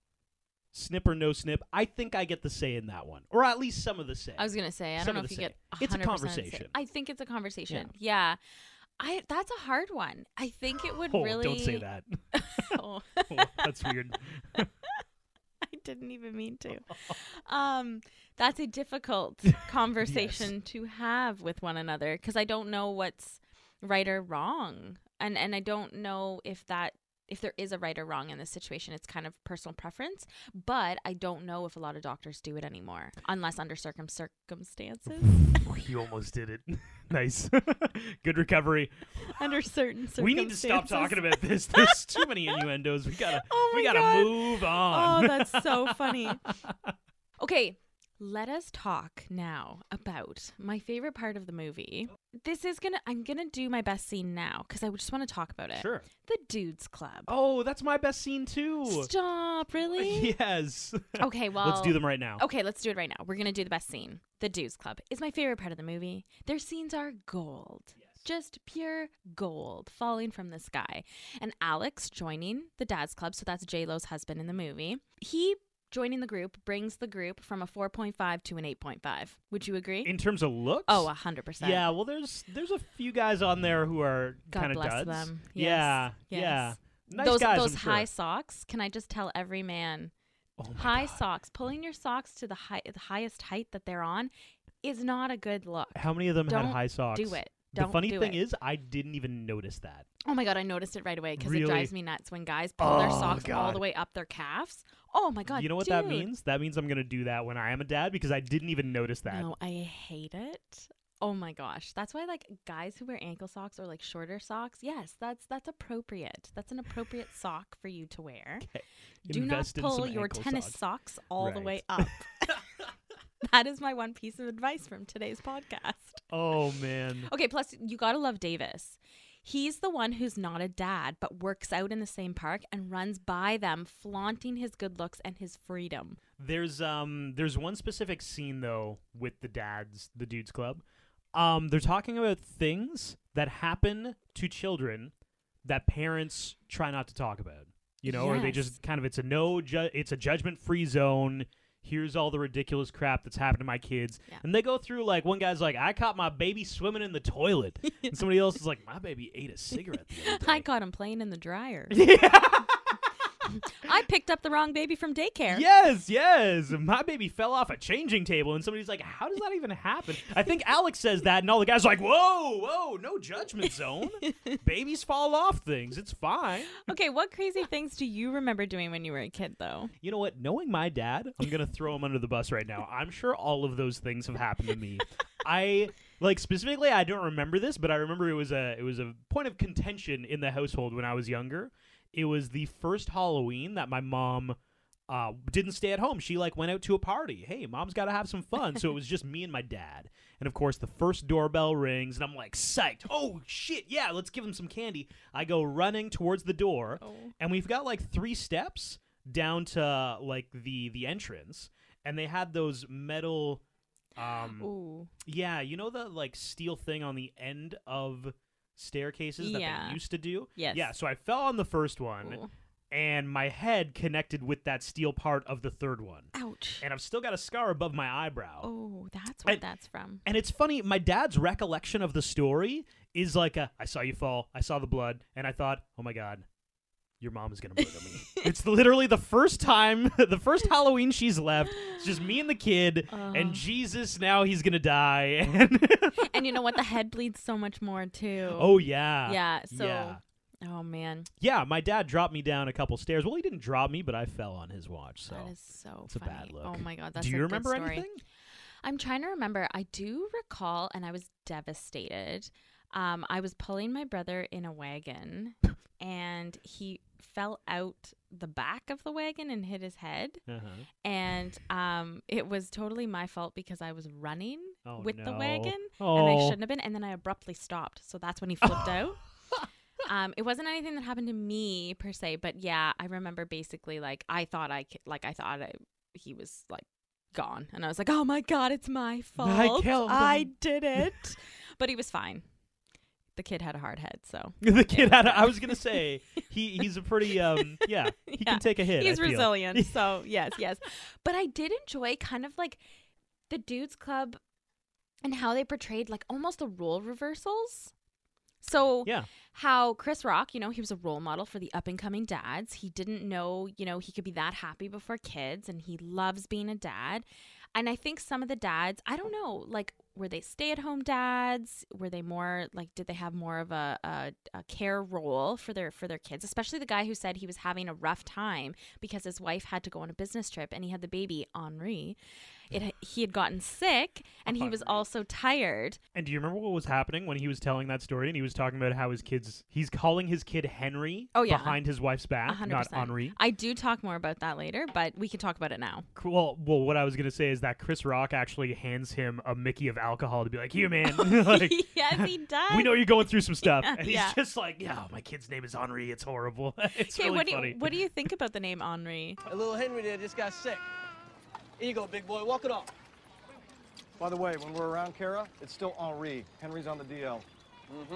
Speaker 2: snip or no snip. I think I get the say in that one, or at least some of the say.
Speaker 1: I was gonna say, I don't
Speaker 2: Some
Speaker 1: know
Speaker 2: of
Speaker 1: if
Speaker 2: the
Speaker 1: you
Speaker 2: say.
Speaker 1: get.
Speaker 2: It's a
Speaker 1: 100%
Speaker 2: conversation.
Speaker 1: I think it's a conversation. Yeah. I that's a hard one. I think it would
Speaker 2: oh,
Speaker 1: really.
Speaker 2: don't say that.
Speaker 1: Oh,
Speaker 2: Oh, that's weird.
Speaker 1: I didn't even mean to. Um, that's a difficult conversation to have with one another because I don't know what's right or wrong, and and I don't know if that if there is a right or wrong in this situation. It's kind of personal preference, but I don't know if a lot of doctors do it anymore, unless under circum circumstances,
Speaker 2: he almost did it. nice. Good recovery.
Speaker 1: under certain circumstances.
Speaker 2: We need to stop talking about this. There's too many innuendos. We gotta.
Speaker 1: Oh
Speaker 2: we
Speaker 1: my
Speaker 2: gotta
Speaker 1: God.
Speaker 2: move on.
Speaker 1: Oh, that's so funny. Okay, let us talk now about my favorite part of the movie. This is gonna, I'm gonna do my best scene now because I just want to talk about it.
Speaker 2: Sure.
Speaker 1: The Dudes Club.
Speaker 2: Oh, that's my best scene too.
Speaker 1: Stop, really?
Speaker 2: Yes.
Speaker 1: Okay, Oh, well.
Speaker 2: Let's do them right now.
Speaker 1: Okay, let's do it right now. We're gonna do the best scene. The Dudes Club is my favorite part of the movie. Their scenes are gold, just pure gold, falling from the sky. And Alex joining the Dad's Club, so that's J Lo's husband in the movie. He joining the group brings the group from a 4.5 to an 8.5. Would you agree?
Speaker 2: In terms of looks.
Speaker 1: oh, a hundred percent.
Speaker 2: Yeah, well, there's there's a few guys on there who are
Speaker 1: God
Speaker 2: kind of
Speaker 1: bless
Speaker 2: duds.
Speaker 1: them. Yes.
Speaker 2: Yeah,
Speaker 1: Yes.
Speaker 2: yeah. Nice
Speaker 1: those
Speaker 2: guys.
Speaker 1: those
Speaker 2: I'm
Speaker 1: high
Speaker 2: sure.
Speaker 1: socks. Can I just tell every man?
Speaker 2: Oh my
Speaker 1: high
Speaker 2: God.
Speaker 1: socks, pulling your socks to the, high, the highest height that they're on, is not a good look.
Speaker 2: How many of them
Speaker 1: Don't
Speaker 2: had high socks?
Speaker 1: do it.
Speaker 2: the
Speaker 1: Don't
Speaker 2: funny
Speaker 1: do
Speaker 2: thing
Speaker 1: it.
Speaker 2: is, I didn't even notice that.
Speaker 1: Oh my god, I noticed it right away because
Speaker 2: Really?
Speaker 1: it drives me nuts when guys pull their
Speaker 2: Oh,
Speaker 1: socks all
Speaker 2: God.
Speaker 1: the way up their calves. Oh my god,
Speaker 2: you know what that
Speaker 1: dude.
Speaker 2: means? That means I'm gonna do that when I am a dad because I didn't even notice that.
Speaker 1: No, I hate it. Oh my gosh, that's why like guys who wear ankle socks or like shorter socks, yes, that's that's appropriate. That's an appropriate sock for you to wear. Do
Speaker 2: Invest in
Speaker 1: not pull
Speaker 2: some
Speaker 1: your
Speaker 2: ankle
Speaker 1: tennis
Speaker 2: socks.
Speaker 1: socks, all the way
Speaker 2: Right.
Speaker 1: up. that is my one piece of advice from today's podcast.
Speaker 2: Oh man.
Speaker 1: Okay, plus you gotta love Davis. He's the one who's not a dad, but works out in the same park and runs by them, flaunting his good looks and his freedom.
Speaker 2: There's um there's one specific scene though with the dads, the dudes club. Um they're talking about things that happen to children that parents try not to talk about. You know, or they
Speaker 1: Yes.
Speaker 2: just kind of it's a no ju- it's a judgment free zone. Here's all the ridiculous crap that's happened to my kids.
Speaker 1: Yeah.
Speaker 2: And they go through like one guy's like, I caught my baby swimming in the toilet. and somebody else is like, My baby ate a cigarette. the other
Speaker 1: I
Speaker 2: day."
Speaker 1: caught him playing in the dryer. I picked up the wrong baby from daycare.
Speaker 2: Yes, yes. My baby fell off a changing table, and somebody's like, "How does that even happen?" I think Alex says that, and all the guys are like, "Whoa, whoa, no judgment zone. Babies fall off things. It's fine."
Speaker 1: Okay, what crazy things do you remember doing when you were a kid, though?
Speaker 2: You know what? Knowing my dad, I'm gonna throw him under the bus right now. I'm sure all of those things have happened to me. I Like specifically, I don't remember this, but I remember it was a it was a point of contention in the household when I was younger. It was the first Halloween that my mom uh, didn't stay at home. She like went out to a party. Hey, mom's got to have some fun. so it was just me and my dad. And of course, the first doorbell rings, and I'm like psyched. Oh shit, yeah, let's give him some candy. I go running towards the door, and we've got like three steps down to like the the entrance, and they had those metal. Um,
Speaker 1: Ooh.
Speaker 2: yeah, you know the like steel thing on the end of staircases that
Speaker 1: Yeah.
Speaker 2: they used to do?
Speaker 1: Yes.
Speaker 2: Yeah, so I fell on the first one
Speaker 1: Ooh.
Speaker 2: and my head connected with that steel part of the third one.
Speaker 1: Ouch.
Speaker 2: And I've still got a scar above my eyebrow.
Speaker 1: Oh, that's where
Speaker 2: I-
Speaker 1: that's from.
Speaker 2: And it's funny, my dad's recollection of the story is like a I saw you fall, I saw the blood, and I thought, "Oh my god, your mom is going to murder me." it's literally the first time, the first Halloween she's left. It's just me and the kid
Speaker 1: Uh.
Speaker 2: and Jesus, now he's going to die. And
Speaker 1: and you know what? The head bleeds so much more too.
Speaker 2: Oh yeah.
Speaker 1: Um, yeah. So,
Speaker 2: yeah.
Speaker 1: oh man,
Speaker 2: Yeah, my dad dropped me down a couple stairs. Well, he didn't drop me, but I fell on his watch. So
Speaker 1: that is so
Speaker 2: it's a
Speaker 1: funny.
Speaker 2: bad look.
Speaker 1: Oh my god, that's
Speaker 2: Do you
Speaker 1: a
Speaker 2: remember
Speaker 1: good story.
Speaker 2: anything?
Speaker 1: I'm trying to remember. I do recall, and I was devastated. Um, I was pulling my brother in a wagon, and he fell out the back of the wagon and hit his head.
Speaker 2: Uh-huh.
Speaker 1: And um, it was totally my fault because I was running
Speaker 2: Oh,
Speaker 1: with the
Speaker 2: no.
Speaker 1: wagon, and I
Speaker 2: Oh.
Speaker 1: shouldn't have been. And then I abruptly stopped, so that's when he flipped out. Um, it wasn't anything that happened to me per se, but yeah, I remember basically like I thought I c- like I thought I, he was like gone, and I was like, oh my god, it's my fault.
Speaker 2: killed
Speaker 1: I
Speaker 2: him."
Speaker 1: did it, but he was fine. The kid had a hard head, so
Speaker 2: the kid had. A, I was gonna say he he's a pretty um yeah he can take a hit.
Speaker 1: He's
Speaker 2: I feel.
Speaker 1: resilient, so yes, yes. But I did enjoy kind of like the dudes club and how they portrayed like almost the role reversals. So
Speaker 2: Yeah.
Speaker 1: how Chris Rock, you know, he was a role model for the up and coming dads. He didn't know, you know, he could be that happy before kids and he loves being a dad. And I think some of the dads, I don't know, like were they stay at home dads? Were they more like did they have more of a, a, a care role for their for their kids? Especially the guy who said he was having a rough time because his wife had to go on a business trip and he had the baby Henri. It he had gotten sick and he was also tired.
Speaker 2: And do you remember what was happening when he was telling that story? And he was talking about how his kids he's calling his kid Henry.
Speaker 1: Oh, yeah.
Speaker 2: behind his wife's back,
Speaker 1: 100%.
Speaker 2: not Henri.
Speaker 1: I do talk more about that later, but we can talk about it now.
Speaker 2: Well, well, what I was gonna say is that Chris Rock actually hands him a Mickey of alcohol to be like, "Here, man, like,
Speaker 1: yes, he does.
Speaker 2: we know you're going through some stuff." and he's
Speaker 1: yeah.
Speaker 2: just like, "Yeah, my kid's name is Henri. It's horrible. it's
Speaker 1: Okay,
Speaker 2: really
Speaker 1: what do
Speaker 2: funny."
Speaker 1: you what do you think about the name Henri?
Speaker 5: A little Henry there just got sick. Here you go, big boy. Walk it off.
Speaker 8: By the way, when we're around Kara, it's still Henri. Henry's on the DL.
Speaker 10: Mm-hmm.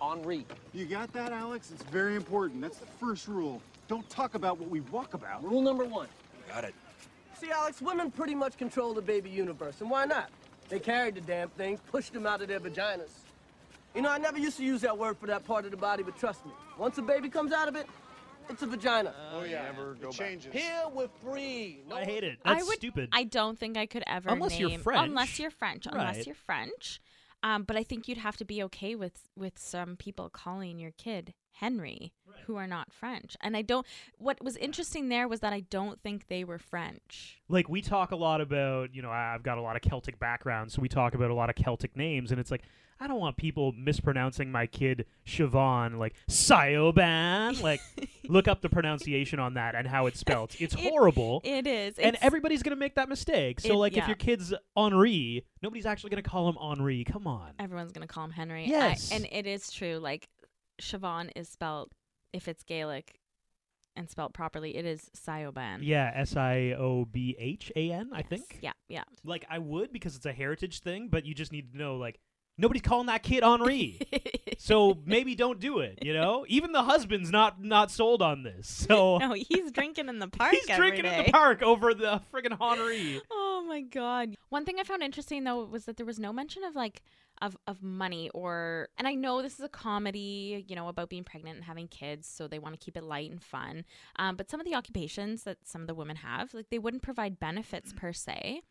Speaker 5: Henri.
Speaker 8: You got that, Alex? It's very important. That's the first rule. Don't talk about what we walk about.
Speaker 5: Rule number one.
Speaker 7: Got it.
Speaker 11: See, Alex, women pretty much control the baby universe, and why not? They carried the damn things, pushed them out of their vaginas. You know, I never used to use that word for that part of the body, but trust me, once a baby comes out of it, it's a vagina.
Speaker 8: Oh, yeah. Never go changes.
Speaker 5: Here we're free. No
Speaker 2: I hate it.
Speaker 1: I
Speaker 2: That's
Speaker 1: would-
Speaker 2: stupid.
Speaker 1: I don't think I could ever
Speaker 2: Unless you're
Speaker 1: name-
Speaker 2: French.
Speaker 1: Unless you're French. Unless
Speaker 2: Right.
Speaker 1: you're French. Um, but I think you'd have to be okay with with some people calling your kid Henry who are not French. And I don't what was interesting there was that I don't think they were French.
Speaker 2: like we talk a lot about you know I- i've got a lot of celtic background so we talk about a lot of celtic names and it's like i don't want people mispronouncing my kid siobhan like sioban like look up the pronunciation on that and how it's spelled it's
Speaker 1: It-
Speaker 2: horrible
Speaker 1: It is.
Speaker 2: and
Speaker 1: It's-
Speaker 2: everybody's gonna make that mistake so
Speaker 1: It-
Speaker 2: like if
Speaker 1: yeah.
Speaker 2: your kid's henri nobody's actually gonna call him henri come on
Speaker 1: everyone's gonna call him Henry. I-
Speaker 2: Yes.
Speaker 1: and it is true. Like Siobhan is spelt if it's Gaelic and spelt properly, it is Sioban.
Speaker 2: yeah s-i-o-b-h-a-n i
Speaker 1: Yes.
Speaker 2: think
Speaker 1: Yeah, yeah.
Speaker 2: like i would because it's a heritage thing but you just need to know like nobody's calling that kid henri so maybe don't do it you know even the husband's not not sold on this so
Speaker 1: no, he's drinking in the park.
Speaker 2: he's
Speaker 1: every
Speaker 2: drinking in the
Speaker 1: day.
Speaker 2: park over the friggin' honoree
Speaker 1: Oh my god. One thing I found interesting though was that there was no mention of like of of money or and I know this is a comedy, you know, about being pregnant and having kids, so they want to keep it light and fun. Um, but some of the occupations that some of the women have, like they wouldn't provide benefits per se.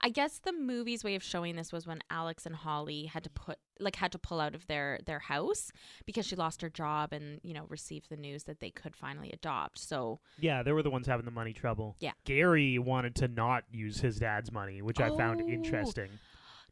Speaker 1: I guess the movie's way of showing this was when Alex and Holly had to put like had to pull out of their their house because she lost her job and, you know, received the news that they could finally adopt. So
Speaker 2: yeah they were the ones having the money trouble
Speaker 1: Yeah.
Speaker 2: gary wanted to not use his dad's money which i found
Speaker 1: Oh.
Speaker 2: interesting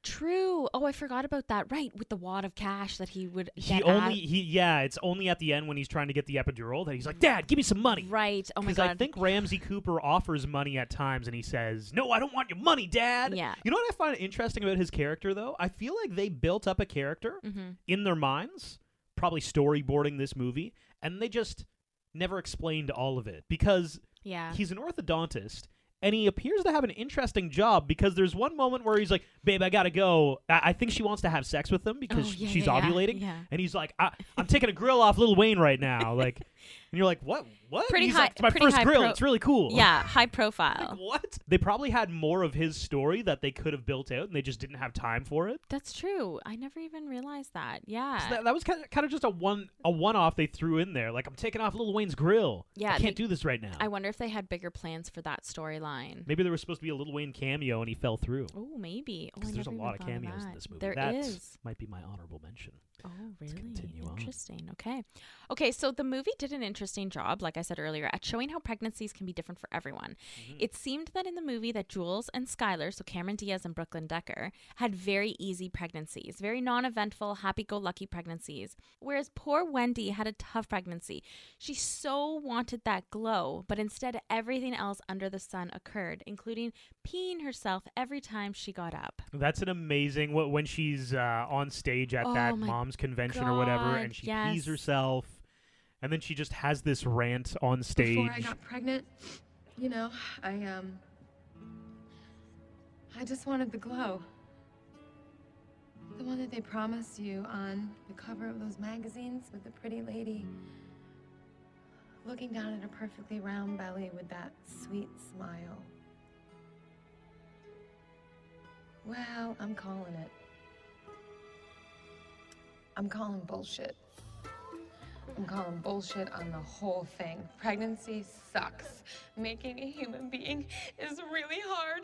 Speaker 1: True. Oh, I forgot about that. Right, with the wad of cash that he would
Speaker 2: He
Speaker 1: get
Speaker 2: only
Speaker 1: at-
Speaker 2: he yeah, it's only at the end when he's trying to get the epidural that he's like, "Dad, give me some money."
Speaker 1: Right. Oh my
Speaker 2: Because
Speaker 1: god.
Speaker 2: I think Ramsey Cooper offers money at times and he says, No, I don't want your money, Dad.
Speaker 1: Yeah.
Speaker 2: You know what I find interesting about his character, though? I feel like they built up a character
Speaker 1: Mhm.
Speaker 2: in their minds, probably storyboarding this movie, and they just never explained all of it because
Speaker 1: Yeah.
Speaker 2: he's an orthodontist and he appears to have an interesting job because there's one moment where he's like, Babe, I gotta go. I, I think she wants to have sex with him because
Speaker 1: Oh, yeah,
Speaker 2: she's
Speaker 1: yeah, yeah,
Speaker 2: ovulating.
Speaker 1: yeah.
Speaker 2: And he's like, I- I'm taking a grill off Lil Wayne right now. Like, and you're like, What? What?
Speaker 1: Pretty
Speaker 2: He's
Speaker 1: high-
Speaker 2: like, it's my
Speaker 1: pretty
Speaker 2: first
Speaker 1: high
Speaker 2: grill.
Speaker 1: pro-
Speaker 2: it's really cool.
Speaker 1: Yeah, high profile.
Speaker 2: What? They probably had more of his story that they could have built out, and they just didn't have time for it.
Speaker 1: That's true. I never even realized that. Yeah.
Speaker 2: So that, that was kind of, kind of just a one a one off they threw in there. Like I'm taking off Lil Wayne's grill.
Speaker 1: Yeah,
Speaker 2: I can't
Speaker 1: they-
Speaker 2: do this right now.
Speaker 1: I wonder if they had bigger plans for that storyline.
Speaker 2: Maybe there was supposed to be a Lil Wayne cameo, and he fell through.
Speaker 1: Oh, maybe. Oh, I
Speaker 2: Because there's a
Speaker 1: never even
Speaker 2: lot of
Speaker 1: thought
Speaker 2: cameos in
Speaker 1: that.
Speaker 2: this movie.
Speaker 1: There
Speaker 2: that
Speaker 1: is.
Speaker 2: might be my honorable mention.
Speaker 1: Oh, really?
Speaker 2: continue on.
Speaker 1: interesting. Okay. Okay, so the movie did an interesting job, like I said earlier, at showing how pregnancies can be different for everyone.
Speaker 2: Mm-hmm.
Speaker 1: It seemed that in the movie that Jules and Skylar, so Cameron Diaz and Brooklyn Decker, had very easy pregnancies, very non-eventful, happy-go-lucky pregnancies, whereas poor Wendy had a tough pregnancy. She so wanted that glow, but instead everything else under the sun occurred, including peeing herself every time she got up.
Speaker 2: That's an amazing what when she's uh, on stage at
Speaker 1: Oh
Speaker 2: that
Speaker 1: my
Speaker 2: mom's convention or whatever,
Speaker 1: God,
Speaker 2: and she
Speaker 1: yes.
Speaker 2: pees herself, and then she just has this rant on stage.
Speaker 12: Before I got pregnant, you know, I um I just wanted the glow. The one that they promised you on the cover of those magazines with the pretty lady looking down at her perfectly round belly with that sweet smile. Well, I'm calling it. I'm calling bullshit. I'm calling bullshit on the whole thing.
Speaker 6: Pregnancy sucks. Making a human being is really hard.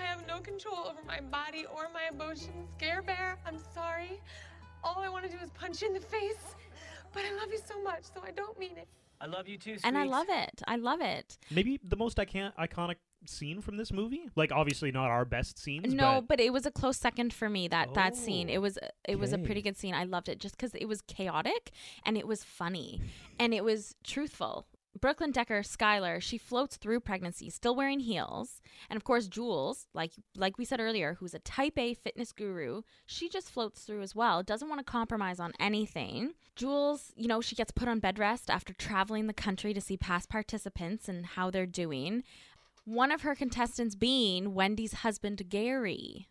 Speaker 6: I have no control over my body or my emotions. Scare Bear, I'm sorry. All I want to do is punch you in the face. But I love you so much, so I don't mean it.
Speaker 11: I love you too,
Speaker 1: And I love it. I love it.
Speaker 2: Maybe the most icon- iconic scene from this movie. Like obviously not our best scenes.
Speaker 1: No,
Speaker 2: but
Speaker 1: but it was a close second for me. That that scene. It was it was a
Speaker 2: okay.
Speaker 1: pretty good scene. I loved it just because it was chaotic and it was funny and it was truthful. Brooklyn Decker, Skylar, she floats through pregnancy, still wearing heels, and of course Jules, like like we said earlier, who's a Type A fitness guru, she just floats through as well. Doesn't want to compromise on anything. Jules, you know, she gets put on bed rest after traveling the country to see past participants and how they're doing. One of her contestants being Wendy's husband, Gary.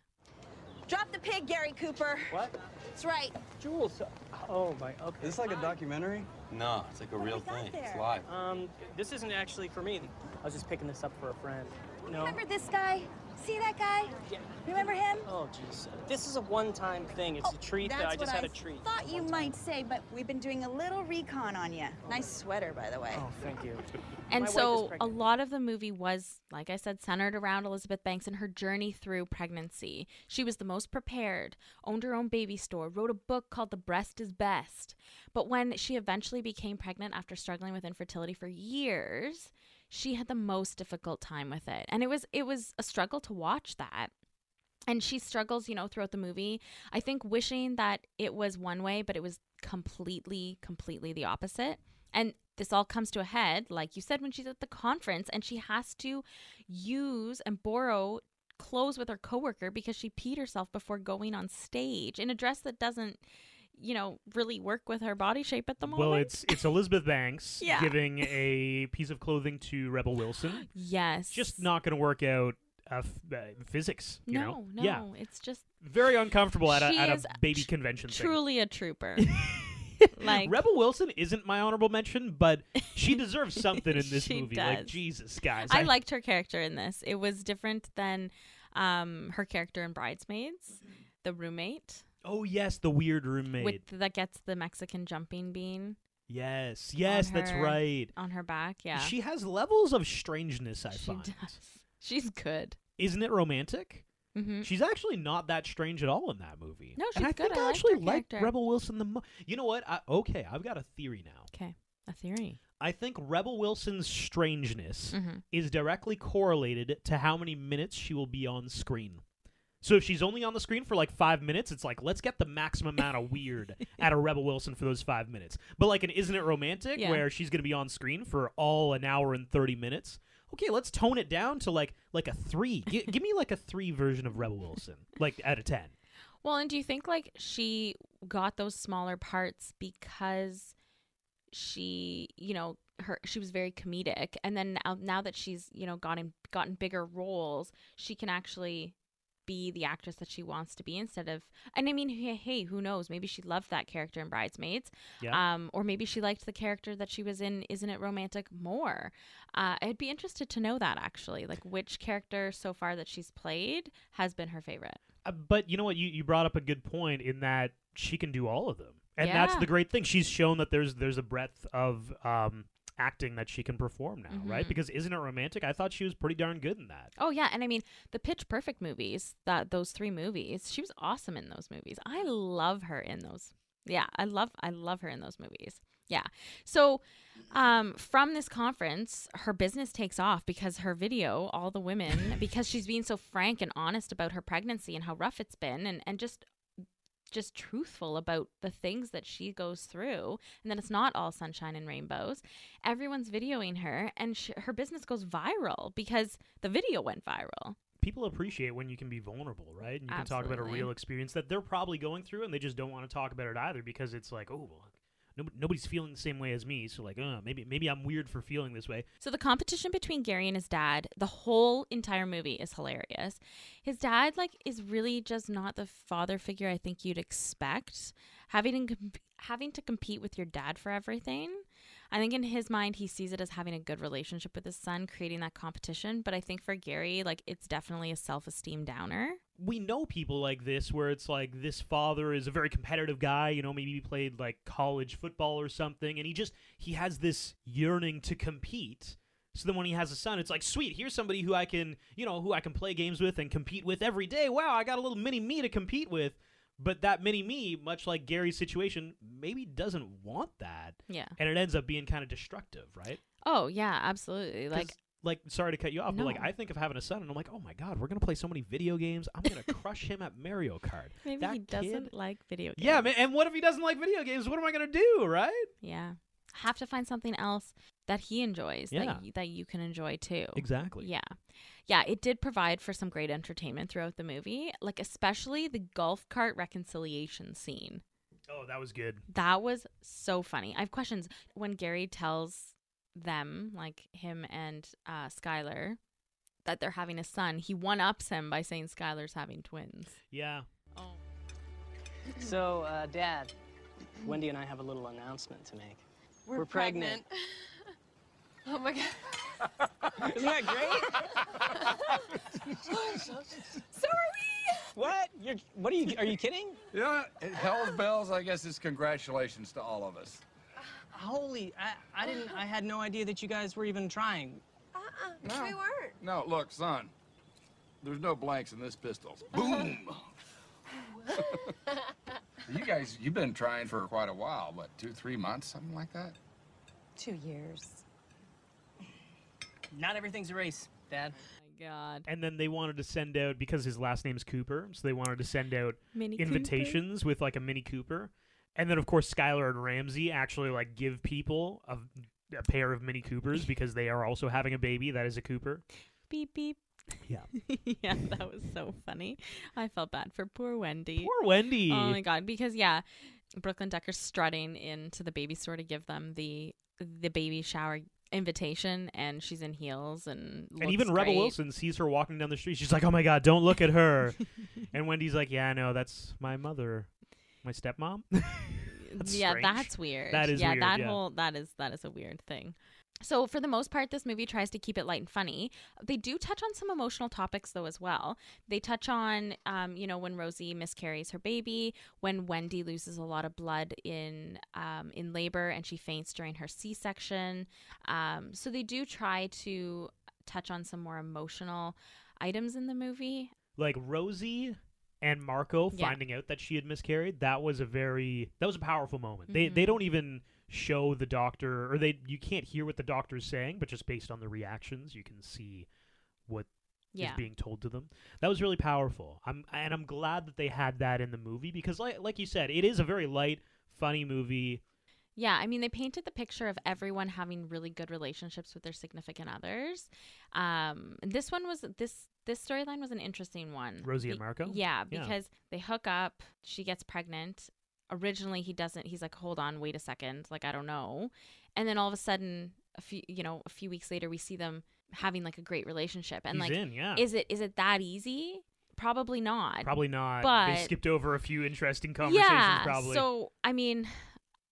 Speaker 13: Drop the pig, Gary Cooper.
Speaker 10: What?
Speaker 13: That's right.
Speaker 10: Jules. Oh my. Okay. Is this like a documentary?
Speaker 5: No, it's like a real thing. It's live.
Speaker 10: Um, this isn't actually for me. I was just picking this up for a friend. No.
Speaker 13: Remember this guy? See that guy? Remember him?
Speaker 10: Oh jeez. This is a one-time thing. It's a treat that Oh, I just had a treat.
Speaker 13: thought you might say, but we've been doing a little recon on you. Nice sweater, by the way.
Speaker 10: Oh, thank you.
Speaker 1: And
Speaker 13: My wife is
Speaker 1: so a
Speaker 13: pregnant.
Speaker 1: lot of the movie was, like I said, centered around Elizabeth Banks and her journey through pregnancy. She was the most prepared, owned her own baby store, wrote a book called The Breast is Best. But when she eventually became pregnant after struggling with infertility for years, she had the most difficult time with it. And it was it was a struggle to watch that and she struggles you know throughout the movie i think wishing that it was one way but it was completely completely the opposite and this all comes to a head like you said when she's at the conference and she has to use and borrow clothes with her coworker because she peed herself before going on stage in a dress that doesn't you know really work with her body shape at the moment
Speaker 2: well, it's it's Elizabeth Banks
Speaker 1: Yeah.
Speaker 2: giving a piece of clothing to Rebel Wilson.
Speaker 1: yes
Speaker 2: Just not going to work out uh, f- uh, physics.
Speaker 1: no
Speaker 2: You know?
Speaker 1: no
Speaker 2: Yeah.
Speaker 1: it's just
Speaker 2: Very uncomfortable at a,
Speaker 1: She
Speaker 2: at
Speaker 1: is
Speaker 2: a baby convention. thing.
Speaker 1: truly a trooper like
Speaker 2: Rebel Wilson isn't my honorable mention, but she deserves something in this
Speaker 1: She
Speaker 2: movie. Like
Speaker 1: does.
Speaker 2: Jesus, guys,
Speaker 1: I liked her character in this. It was different than um, her character in Bridesmaids,
Speaker 2: Mm-hmm.
Speaker 1: the roommate
Speaker 2: Oh yes, the weird roommate.
Speaker 1: with that gets the Mexican jumping bean.
Speaker 2: yes,
Speaker 1: on
Speaker 2: yes, that's
Speaker 1: her-
Speaker 2: right.
Speaker 1: On her back, yeah.
Speaker 2: She has levels of strangeness. I
Speaker 1: She
Speaker 2: find.
Speaker 1: does. She's good.
Speaker 2: Isn't it romantic?
Speaker 1: Mhm.
Speaker 2: She's actually not that strange at all in that movie.
Speaker 1: No, she's
Speaker 2: and I
Speaker 1: good.
Speaker 2: think
Speaker 1: I
Speaker 2: I
Speaker 1: liked
Speaker 2: actually
Speaker 1: her
Speaker 2: liked
Speaker 1: character.
Speaker 2: Rebel Wilson the most. You know what? I, okay, I've got a theory now.
Speaker 1: Okay, a theory.
Speaker 2: I think Rebel Wilson's strangeness
Speaker 1: Mhm.
Speaker 2: is directly correlated to how many minutes she will be on screen. So if she's only on the screen for like five minutes, it's like let's get the maximum amount of weird out of Rebel Wilson for those five minutes. But like an Isn't It Romantic,
Speaker 1: Yeah.
Speaker 2: where she's gonna be on screen for all an hour and thirty minutes. Okay, let's tone it down to like like a three. Gi- give me like a three version of Rebel Wilson, like out of ten.
Speaker 1: Well, and do you think like she got those smaller parts because she, you know, her she was very comedic, and then now, now that she's you know gotten gotten bigger roles, she can actually be the actress that she wants to be instead of. And I mean, hey, hey who knows? Maybe she loved that character in Bridesmaids,
Speaker 14: Yeah.
Speaker 1: um, or maybe she liked the character that she was in. Isn't it romantic more? Uh, I'd be interested to know that actually, like which character so far that she's played has been her favorite.
Speaker 2: Uh, but you know what? You, you brought up a good point in that she can do all of them, and that's
Speaker 1: Yeah.
Speaker 2: the great thing. She's shown that there's there's a breadth of um, acting that she can perform now, right?
Speaker 1: Mhm.
Speaker 2: Because isn't it romantic? I thought she was pretty darn good in that.
Speaker 1: Oh yeah, and I mean the Pitch Perfect movies, that those three movies, she was awesome in those movies. I love her in those. Yeah, I love I love her in those movies. Yeah. So um from this conference, her business takes off because her video, all the women, because she's being so frank and honest about her pregnancy and how rough it's been and and just just truthful about the things that she goes through and that it's not all sunshine and rainbows everyone's videoing her and sh- her business goes viral because the video went viral
Speaker 2: People appreciate when you can be vulnerable, right? And you can talk about a
Speaker 1: Absolutely.
Speaker 2: real experience that they're probably going through, and they just don't want to talk about it either because it's like, oh, well, no, nobody's feeling the same way as me, so like, uh, maybe maybe I'm weird for feeling this way.
Speaker 1: So the competition between Gary and his dad, the whole entire movie is hilarious. His dad like is really just not the father figure I think you'd expect. Having to comp- having to compete with your dad for everything. I think in his mind he sees it as having a good relationship with his son, creating that competition, but I think for Gary like it's definitely a self-esteem downer.
Speaker 2: we know people like this where it's like this father is a very competitive guy you know maybe he played like college football or something and he just he has this yearning to compete so then when he has a son it's like sweet here's somebody who i can you know who i can play games with and compete with every day wow i got a little mini me to compete with but that mini me much like gary's situation maybe doesn't want that
Speaker 1: Yeah.
Speaker 2: and it ends up being kind of destructive right
Speaker 1: Oh, yeah, absolutely.
Speaker 2: 'Cause,
Speaker 1: Like
Speaker 2: like sorry to cut you off but like
Speaker 1: No.
Speaker 2: i think of having a son and i'm like oh my god we're gonna play so many video games i'm gonna crush him at mario kart
Speaker 1: maybe
Speaker 2: That
Speaker 1: he doesn't
Speaker 2: kid-
Speaker 1: like video games.
Speaker 2: yeah man, and what if he doesn't like video games what am i gonna do right
Speaker 1: Yeah. Have to find something else that he enjoys
Speaker 2: Yeah.
Speaker 1: that, y- that you can enjoy too.
Speaker 2: Exactly.
Speaker 1: Oh, Yeah. Yeah, it did provide for some great entertainment throughout the movie, like especially the golf cart reconciliation scene.
Speaker 2: oh that was good
Speaker 1: That was so funny. I have questions. When Gary tells them, like him and uh, Skylar, that they're having a son, he one ups him by saying Skylar's having twins.
Speaker 2: yeah
Speaker 1: Oh.
Speaker 10: So, uh, Dad, Wendy and I have a little announcement to make.
Speaker 6: We're,
Speaker 10: pregnant.
Speaker 6: oh my god.
Speaker 10: Isn't that great?
Speaker 6: so are
Speaker 10: What? You're, what are you? Are you kidding?
Speaker 7: Yeah, it- hell's bells. I guess it's congratulations to all of us.
Speaker 10: Holy! I, I didn't. I had no idea that you guys were even trying.
Speaker 6: we.
Speaker 7: No.
Speaker 6: We weren't.
Speaker 7: No, look, son. There's no blanks in this pistol. Boom. you guys, you've been trying for quite a while. What, two, three months, something like that?
Speaker 6: Two years.
Speaker 10: Not everything's a race, Dad.
Speaker 1: my God.
Speaker 2: and then they wanted to send out because his last name's cooper so they wanted to send out
Speaker 1: Mini Cooper.
Speaker 2: invitations with like a mini cooper and then of course skylar and ramsey actually like give people a, a pair of mini coopers because they are also having a baby that is a cooper
Speaker 1: Beep, beep.
Speaker 2: Yeah.
Speaker 1: yeah, that was so funny. I felt bad for poor Wendy.
Speaker 2: Poor Wendy.
Speaker 1: Oh my god, because yeah, Brooklyn Decker's strutting into the baby store to give them the the baby shower invitation and she's in heels and
Speaker 2: and
Speaker 1: looks
Speaker 2: even Rebel
Speaker 1: great.
Speaker 2: Wilson sees her walking down the street. She's like, "Oh my god, don't look at her!" and Wendy's like, "Yeah, no, that's my mother, my stepmom." That's
Speaker 1: yeah,
Speaker 2: strange.
Speaker 1: that's weird.
Speaker 2: That is
Speaker 1: yeah,
Speaker 2: weird.
Speaker 1: that
Speaker 2: yeah.
Speaker 1: whole that is that is a weird thing. So for the most part, this movie tries to keep it light and funny. They do touch on some emotional topics though as well. They touch on, um, you know, when Rosie miscarries her baby, when Wendy loses a lot of blood in um, in labor and she faints during her C section. Um, so they do try to touch on some more emotional items in the movie.
Speaker 2: like Rosie and Marco
Speaker 1: Yeah.
Speaker 2: finding out that she had miscarried. That was a very that was a powerful moment. They
Speaker 1: Mhm.
Speaker 2: they don't even show the doctor or they you can't hear what the doctor's saying, but just based on the reactions, you can see what
Speaker 1: Yeah.
Speaker 2: is being told to them. That was really powerful. I'm and I'm glad that they had that in the movie because like like you said, it is a very light, funny movie.
Speaker 1: Yeah, I mean, they painted the picture of everyone having really good relationships with their significant others. Um, and this one was this this storyline was an interesting one.
Speaker 2: Rosie and Marco?
Speaker 1: Yeah,
Speaker 2: Yeah.
Speaker 1: because they hook up. She gets pregnant. Originally, he doesn't. He's like, hold on, wait a second. Like, I don't know. And then all of a sudden, a few you know, a few weeks later, we see them having like a great relationship. And
Speaker 2: He's
Speaker 1: like,
Speaker 2: in, yeah.
Speaker 1: is it is it that easy? Probably not.
Speaker 2: Probably not.
Speaker 1: But
Speaker 2: they skipped over a few interesting conversations
Speaker 1: yeah,
Speaker 2: probably.
Speaker 1: So, I mean,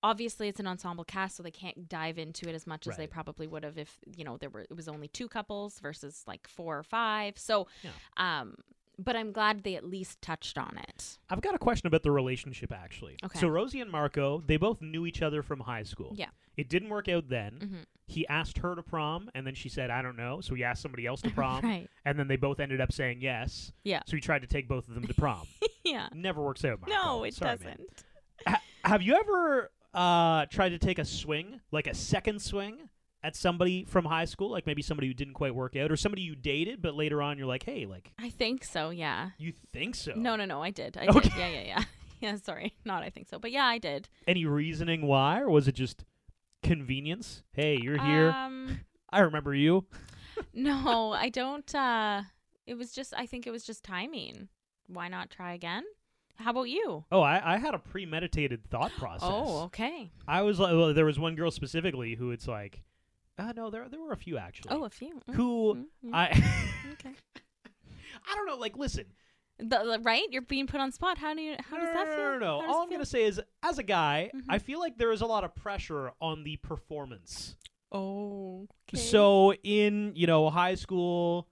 Speaker 1: obviously it's an ensemble cast, so they can't dive into it as much as they probably would have if, you know, there were it was only two couples versus like four or five. So, um but I'm glad they at least touched on it.
Speaker 2: I've got a question about the relationship actually.
Speaker 1: Okay.
Speaker 2: So Rosie and Marco, they both knew each other from high school.
Speaker 1: Yeah.
Speaker 2: It didn't work out then.
Speaker 1: Mhm.
Speaker 2: He asked her to prom and then she said, I don't know. So he asked somebody else to prom.
Speaker 1: Right.
Speaker 2: And then they both ended up saying yes.
Speaker 1: Yeah.
Speaker 2: So he tried to take both of them to prom.
Speaker 1: yeah.
Speaker 2: Never works out, Marco.
Speaker 1: No, it
Speaker 2: Sorry, man.
Speaker 1: doesn't.
Speaker 2: Have you ever uh, tried to take a swing, like a second swing, at somebody from high school, like maybe somebody who didn't quite work out, or somebody you dated, but later on you're like, hey, like
Speaker 1: I think so, yeah.
Speaker 2: you think so?
Speaker 1: No, no, no, I did. I
Speaker 2: Okay.
Speaker 1: did. Yeah, yeah, yeah. Yeah, sorry. Not I think so. But yeah, I did.
Speaker 2: Any reasoning why, or was it just convenience? Hey, you're here.
Speaker 1: Um,
Speaker 2: I remember you.
Speaker 1: No, I don't uh it was just I think it was just timing. Why not try again? How about you?
Speaker 2: Oh, I, I had a premeditated thought process.
Speaker 1: Oh, okay.
Speaker 2: I was like, well, there was one girl specifically who it's like, uh, no, there there were a few actually.
Speaker 1: Oh, a few. Mm,
Speaker 2: Who
Speaker 1: mm, yeah.
Speaker 2: I
Speaker 1: okay.
Speaker 2: I don't know. Like, listen,
Speaker 1: The, the- right? You're being put on spot. How do you? How does that
Speaker 2: no,
Speaker 1: feel?
Speaker 2: no, no, no.
Speaker 1: How does
Speaker 2: All
Speaker 1: it feel?
Speaker 2: I'm
Speaker 1: Mm-hmm.
Speaker 2: gonna say is, as a guy, I feel like there is a lot of pressure on the performance.
Speaker 1: Oh.
Speaker 2: So in you know high school,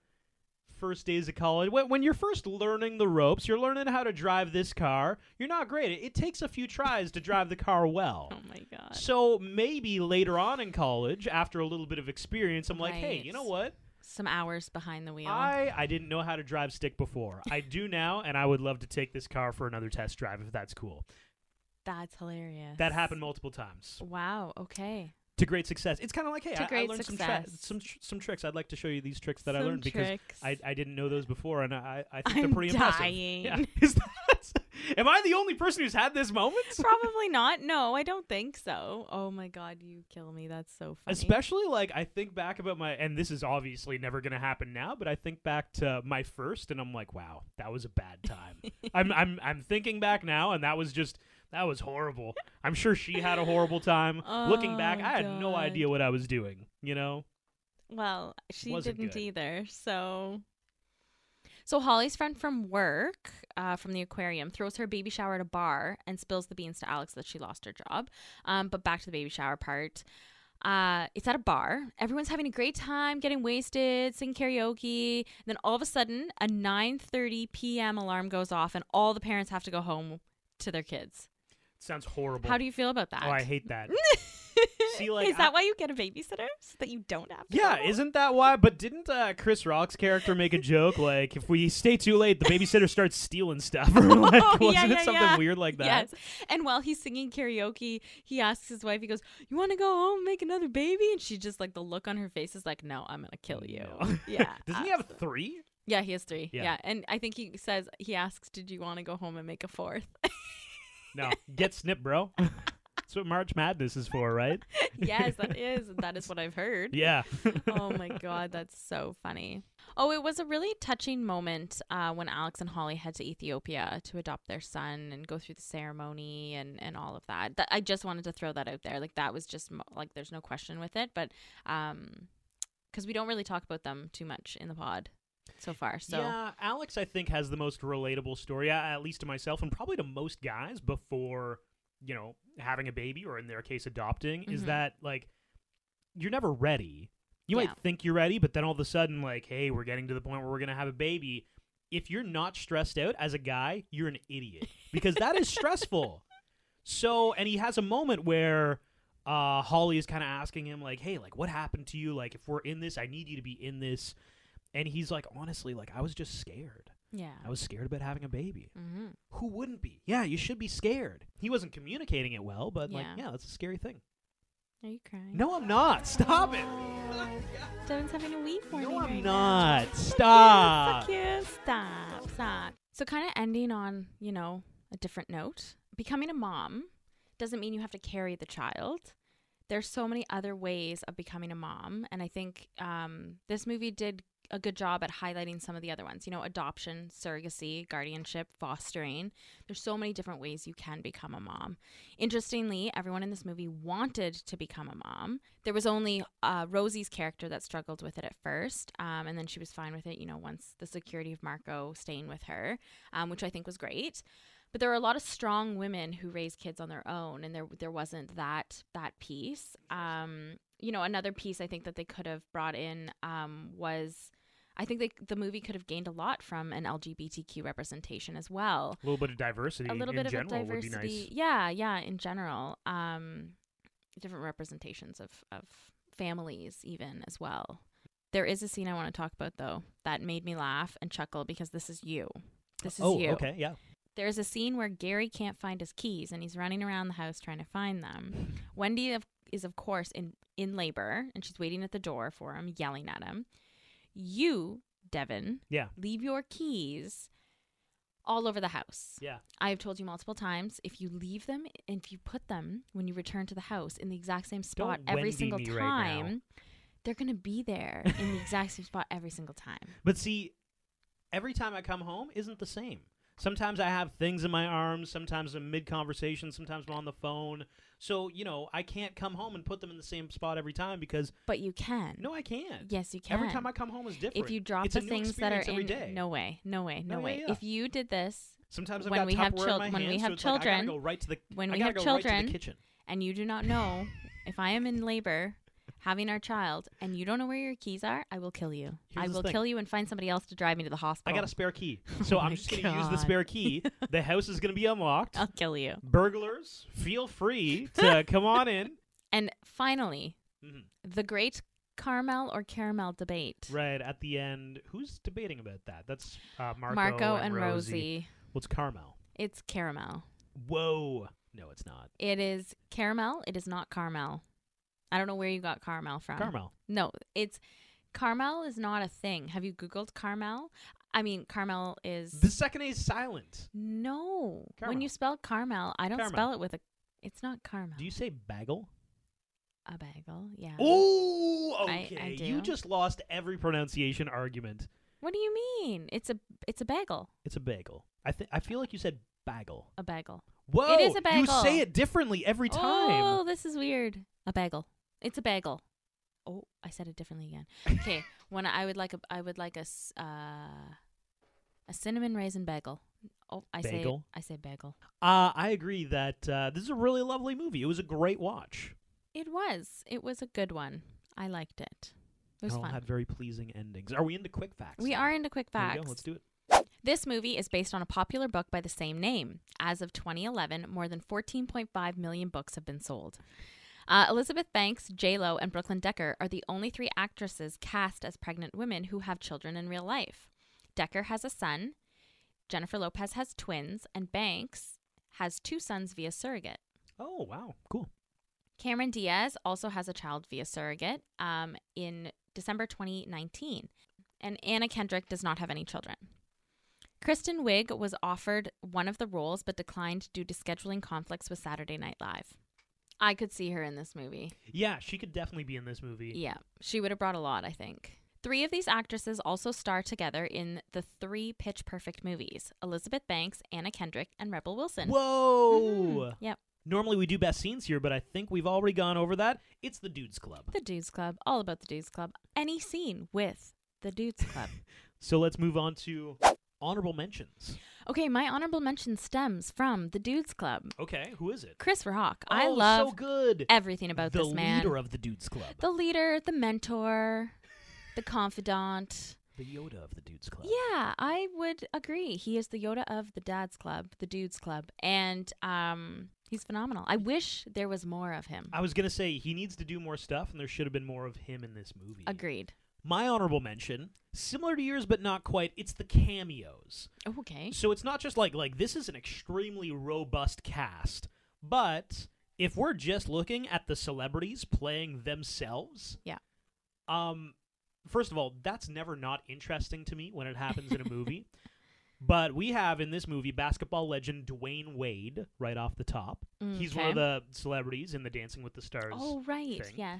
Speaker 2: first days of college, when, when you're first learning the ropes, you're learning how to drive this car. You're not great. It, it takes a few tries to drive the car well.
Speaker 1: Oh my god.
Speaker 2: So maybe later on in college, after a little bit of experience, I'm like, hey, you know
Speaker 1: Right.
Speaker 2: what?
Speaker 1: Some hours behind the wheel.
Speaker 2: I, I didn't know how to drive stick before. I do now, and I would love to take this car for another test drive if that's cool.
Speaker 1: That's hilarious.
Speaker 2: That happened multiple times
Speaker 1: Wow. Okay.
Speaker 2: to great success. It's kind of like, hey,
Speaker 1: To
Speaker 2: I, I
Speaker 1: great
Speaker 2: learned some,
Speaker 1: success.
Speaker 2: tra- some tr- some tricks. I'd like to show you these tricks that I
Speaker 1: Some
Speaker 2: learned
Speaker 1: tricks.
Speaker 2: because I, I didn't know those before, and I I I think
Speaker 1: I'm
Speaker 2: they're pretty
Speaker 1: dying.
Speaker 2: impressive. Yeah. Is that, am I the only person who's had this moment?
Speaker 1: Probably not. No, I don't think so. Oh my god, you kill me. That's so funny.
Speaker 2: Especially like I think back about my and this is obviously never going to happen now, but I think back to my first and I'm like, wow, that was a bad time. I'm I'm I'm thinking back now and that was just that was horrible. I'm sure she had a horrible time. Looking back,
Speaker 1: Oh,
Speaker 2: I had no
Speaker 1: God.
Speaker 2: idea what I was doing, you know?
Speaker 1: Well, she
Speaker 2: Wasn't
Speaker 1: didn't
Speaker 2: good.
Speaker 1: either. So, so Holly's friend from work, uh, from the aquarium, throws her baby shower at a bar and spills the beans to Alex that she lost her job. Um, but back to the baby shower part. Uh, it's at a bar. Everyone's having a great time, getting wasted, singing karaoke. then all of a sudden, a 9:30 p.m. alarm goes off, and all the parents have to go home to their kids.
Speaker 2: Sounds horrible.
Speaker 1: How do you feel about that?
Speaker 2: Oh, I hate that. See, like,
Speaker 1: Is
Speaker 2: I-
Speaker 1: that why you get a babysitter so that you don't have? To
Speaker 2: Yeah, isn't that why? But didn't uh, Chris Rock's character make a joke like, if we stay too late, the babysitter starts stealing stuff? Or like,
Speaker 1: Oh,
Speaker 2: wasn't
Speaker 1: yeah,
Speaker 2: it
Speaker 1: yeah,
Speaker 2: something
Speaker 1: yeah.
Speaker 2: weird like that?
Speaker 1: Yes. And while he's singing karaoke, he asks his wife, he goes, You want to go home and make another baby? And she just, like, the look on her face is like, No, I'm going to kill you. Yeah. Uh,
Speaker 2: Doesn't he have three?
Speaker 1: Yeah, he has three.
Speaker 2: Yeah.
Speaker 1: Yeah. And I think he says, He asks, Did you want to go home and make a fourth?
Speaker 2: No, get snipped, bro. That's what March Madness is for, right?
Speaker 1: yes, that is. That is what I've heard.
Speaker 2: Yeah.
Speaker 1: oh my God, that's so funny. Oh, it was a really touching moment uh, when Alex and Holly head to Ethiopia to adopt their son and go through the ceremony and, and all of that. that. I just wanted to throw that out there. Like, that was just mo- like, there's no question with it. But um 'cause we don't really talk about them too much in the pod so far. So,
Speaker 2: Yeah, Alex, I think, has the most relatable story, a- at least to myself and probably to most guys before, you know, having a baby or in their case, adopting, is
Speaker 1: Mhm.
Speaker 2: that, like, you're never ready. You
Speaker 1: Yeah.
Speaker 2: might think you're ready, but then all of a sudden, like, hey, we're getting to the point where we're going to have a baby. If you're not stressed out as a guy, you're an idiot because that is stressful. So, and he has a moment where uh, Holly is kind of asking him, like, hey, like, what happened to you? Like, if we're in this, I need you to be in this. And he's like, honestly, like, I was just scared.
Speaker 1: yeah.
Speaker 2: I was scared about having a baby.
Speaker 1: Mm-hmm.
Speaker 2: Who wouldn't be? Yeah, you should be scared. He wasn't communicating it well, but, like,
Speaker 1: Yeah.
Speaker 2: yeah, that's a scary thing.
Speaker 1: Are you crying?
Speaker 2: No, I'm not. Stop it.
Speaker 1: Devin's having a wee morning. No, I'm
Speaker 2: Not. Stop.
Speaker 1: Fuck you. Stop. Stop. So, kind of ending on, you know, a different note. Becoming a mom doesn't mean you have to carry the child. There's so many other ways of becoming a mom. And I think um, this movie did a good job at highlighting some of the other ones, you know, adoption, surrogacy, guardianship, fostering. There's so many different ways you can become a mom. Interestingly, everyone in this movie wanted to become a mom. There was only uh, Rosie's character that struggled with it at first, um, and then she was fine with it, you know, once the security of Marco staying with her, um, which I think was great. But there were a lot of strong women who raised kids on their own, and there there wasn't that that piece. Um, you know, another piece I think that they could have brought in um, was. I think they, the movie could have gained a lot from an LGBTQ representation as well
Speaker 2: A little bit of diversity
Speaker 1: a little
Speaker 2: in
Speaker 1: bit
Speaker 2: general
Speaker 1: of a diversity.
Speaker 2: would be nice.
Speaker 1: Yeah, yeah, in general. Um, different representations of, of families, even as well. There is a scene I want to talk about, though, that made me laugh and chuckle because this is you. This is
Speaker 2: Oh,
Speaker 1: you.
Speaker 2: okay, yeah.
Speaker 1: There's a scene where Gary can't find his keys and he's running around the house trying to find them. Wendy of, is, of course, in, in labor and she's waiting at the door for him, yelling at him. You, Devin,
Speaker 2: Yeah.
Speaker 1: leave your keys all over the house.
Speaker 2: Yeah.
Speaker 1: I have told you multiple times if you leave them and if you put them when you return to the house in the exact same spot
Speaker 2: Don't
Speaker 1: every
Speaker 2: Wendy
Speaker 1: single
Speaker 2: me right now.
Speaker 1: time, they're going to be there in the exact same spot every single time.
Speaker 2: But see, every time I come home isn't the same. Sometimes I have things in my arms, sometimes I'm mid conversation, sometimes I'm on the phone. So, you know, I can't come home and put them in the same spot every time because
Speaker 1: But you can.
Speaker 2: No, I can't.
Speaker 1: Yes, you can.
Speaker 2: Every time I come home is different.
Speaker 1: If you drop
Speaker 2: It's a
Speaker 1: the
Speaker 2: new
Speaker 1: things that are
Speaker 2: experience every
Speaker 1: in
Speaker 2: day.
Speaker 1: no way, no way, no,
Speaker 2: No, yeah,
Speaker 1: way.
Speaker 2: yeah.
Speaker 1: If you did this
Speaker 2: Sometimes I've
Speaker 1: when
Speaker 2: got
Speaker 1: we have
Speaker 2: Tupperware in
Speaker 1: chil-
Speaker 2: my
Speaker 1: when we
Speaker 2: hand, so
Speaker 1: have
Speaker 2: it's like, I gotta
Speaker 1: children,
Speaker 2: go right to the-
Speaker 1: when
Speaker 2: I
Speaker 1: we
Speaker 2: gotta
Speaker 1: have
Speaker 2: go right to the
Speaker 1: children
Speaker 2: kitchen.
Speaker 1: and you do not know if I am in labor having our child and you don't know where your keys are, I will kill you. I
Speaker 2: Here's the
Speaker 1: will
Speaker 2: thing.
Speaker 1: kill you and find somebody else to drive me to the
Speaker 2: I
Speaker 1: hospital.
Speaker 2: got a spare key. So I'm just going to use
Speaker 1: Oh.
Speaker 2: the
Speaker 1: God. Uh.
Speaker 2: spare key. the house is going to be unlocked. I'll
Speaker 1: kill you.
Speaker 2: Burglars, feel free to come on in.
Speaker 1: And finally,
Speaker 2: Mhm.
Speaker 1: the great caramel or caramel debate.
Speaker 2: Right at the end, who's debating about that? That's uh, Marco,
Speaker 1: Marco
Speaker 2: and,
Speaker 1: and
Speaker 2: Rosie.
Speaker 1: Rosie.
Speaker 2: What's Carmel?
Speaker 1: It's caramel.
Speaker 2: Whoa! No, it's not.
Speaker 1: It is caramel. It is not caramel. I don't know where you got caramel from.
Speaker 2: Carmel.
Speaker 1: No, it's caramel is not a thing. Have you Googled caramel? I mean, caramel is
Speaker 2: The second A is silent.
Speaker 1: no.
Speaker 2: Caramel.
Speaker 1: When you spell caramel, I don't
Speaker 2: Caramel.
Speaker 1: spell it with a. It's not caramel.
Speaker 2: Do you say bagel?
Speaker 1: A bagel, yeah.
Speaker 2: Oh,
Speaker 1: I-
Speaker 2: okay.
Speaker 1: I
Speaker 2: You
Speaker 1: do.
Speaker 2: just lost every pronunciation argument.
Speaker 1: What do you mean? It's a it's a bagel.
Speaker 2: It's a bagel. I think I feel like you said bagel.
Speaker 1: A bagel.
Speaker 2: Whoa!
Speaker 1: It is a bagel.
Speaker 2: You say it differently every time.
Speaker 1: Oh, this is weird. A bagel. It's a bagel. Oh, I said it differently again. Okay, when I would like a, I would like a, s- uh, a cinnamon raisin bagel. Oh, I
Speaker 2: Bagel?
Speaker 1: say, I say bagel.
Speaker 2: Uh, I agree that uh, this is a really lovely movie. It was a great watch.
Speaker 1: It was, it was a good one. I liked it. It was
Speaker 2: They all
Speaker 1: fun.
Speaker 2: had very pleasing endings. Are we into quick facts?
Speaker 1: We
Speaker 2: now?
Speaker 1: are into quick
Speaker 2: There we go.
Speaker 1: facts.
Speaker 2: Let's do it.
Speaker 1: This movie is based on a popular book by the same name. As of 2011, more than 14.5 million books have been sold. Uh, Elizabeth Banks, J.Lo, and Brooklyn Decker are the only three actresses cast as pregnant women who have children in real life. Decker has a son, Jennifer Lopez has twins, and Banks has two sons via surrogate.
Speaker 2: Oh wow, cool.
Speaker 1: Cameron Diaz also has a child via surrogate um, in December 2019. And Anna Kendrick does not have any children. Kristen Wiig was offered one of the roles but declined due to scheduling conflicts with Saturday Night Live. I could see her in this movie.
Speaker 2: Yeah, she could definitely be in this movie.
Speaker 1: Yeah, she would have brought a lot, I think. Three of these actresses also star together in the three Pitch Perfect movies Elizabeth Banks, Anna Kendrick, and Mm-hmm. Rebel Wilson.
Speaker 2: Whoa.
Speaker 1: Yep.
Speaker 2: Normally we do best scenes here, but I think we've already gone over that. It's the Dudes Club.
Speaker 1: The Dudes Club, all about the Dudes Club. Any scene with the Dudes Club.
Speaker 2: So let's move on to honorable mentions.
Speaker 1: Okay, my honorable mention stems from the Dudes Club.
Speaker 2: Okay, who is it?
Speaker 1: Chris Rock. I
Speaker 2: Oh, so
Speaker 1: love
Speaker 2: good.
Speaker 1: everything about
Speaker 2: the
Speaker 1: this man.
Speaker 2: leader of the Dudes Club.
Speaker 1: the leader, the mentor, the confidant.
Speaker 2: The Yoda of the Dudes Club.
Speaker 1: Yeah, I would agree. He is the Yoda of the Dad's Club, the Dudes Club, and um, he's phenomenal. I wish there was more of him.
Speaker 2: I was going to say he needs to do more stuff and there should have been more of him in this movie.
Speaker 1: Agreed.
Speaker 2: My honorable mention, similar to yours but not quite, it's the cameos.
Speaker 1: Oh, okay.
Speaker 2: So it's not just like like this is an extremely robust cast, but if we're just looking at the celebrities playing themselves,
Speaker 1: yeah.
Speaker 2: Um, first of all, that's never not interesting to me when it happens in a movie. But we have in this movie basketball legend Dwayne Wade right off the top. He's one of the celebrities in the Dancing with the Stars.
Speaker 1: Mm, Oh right,
Speaker 2: thing.
Speaker 1: yes.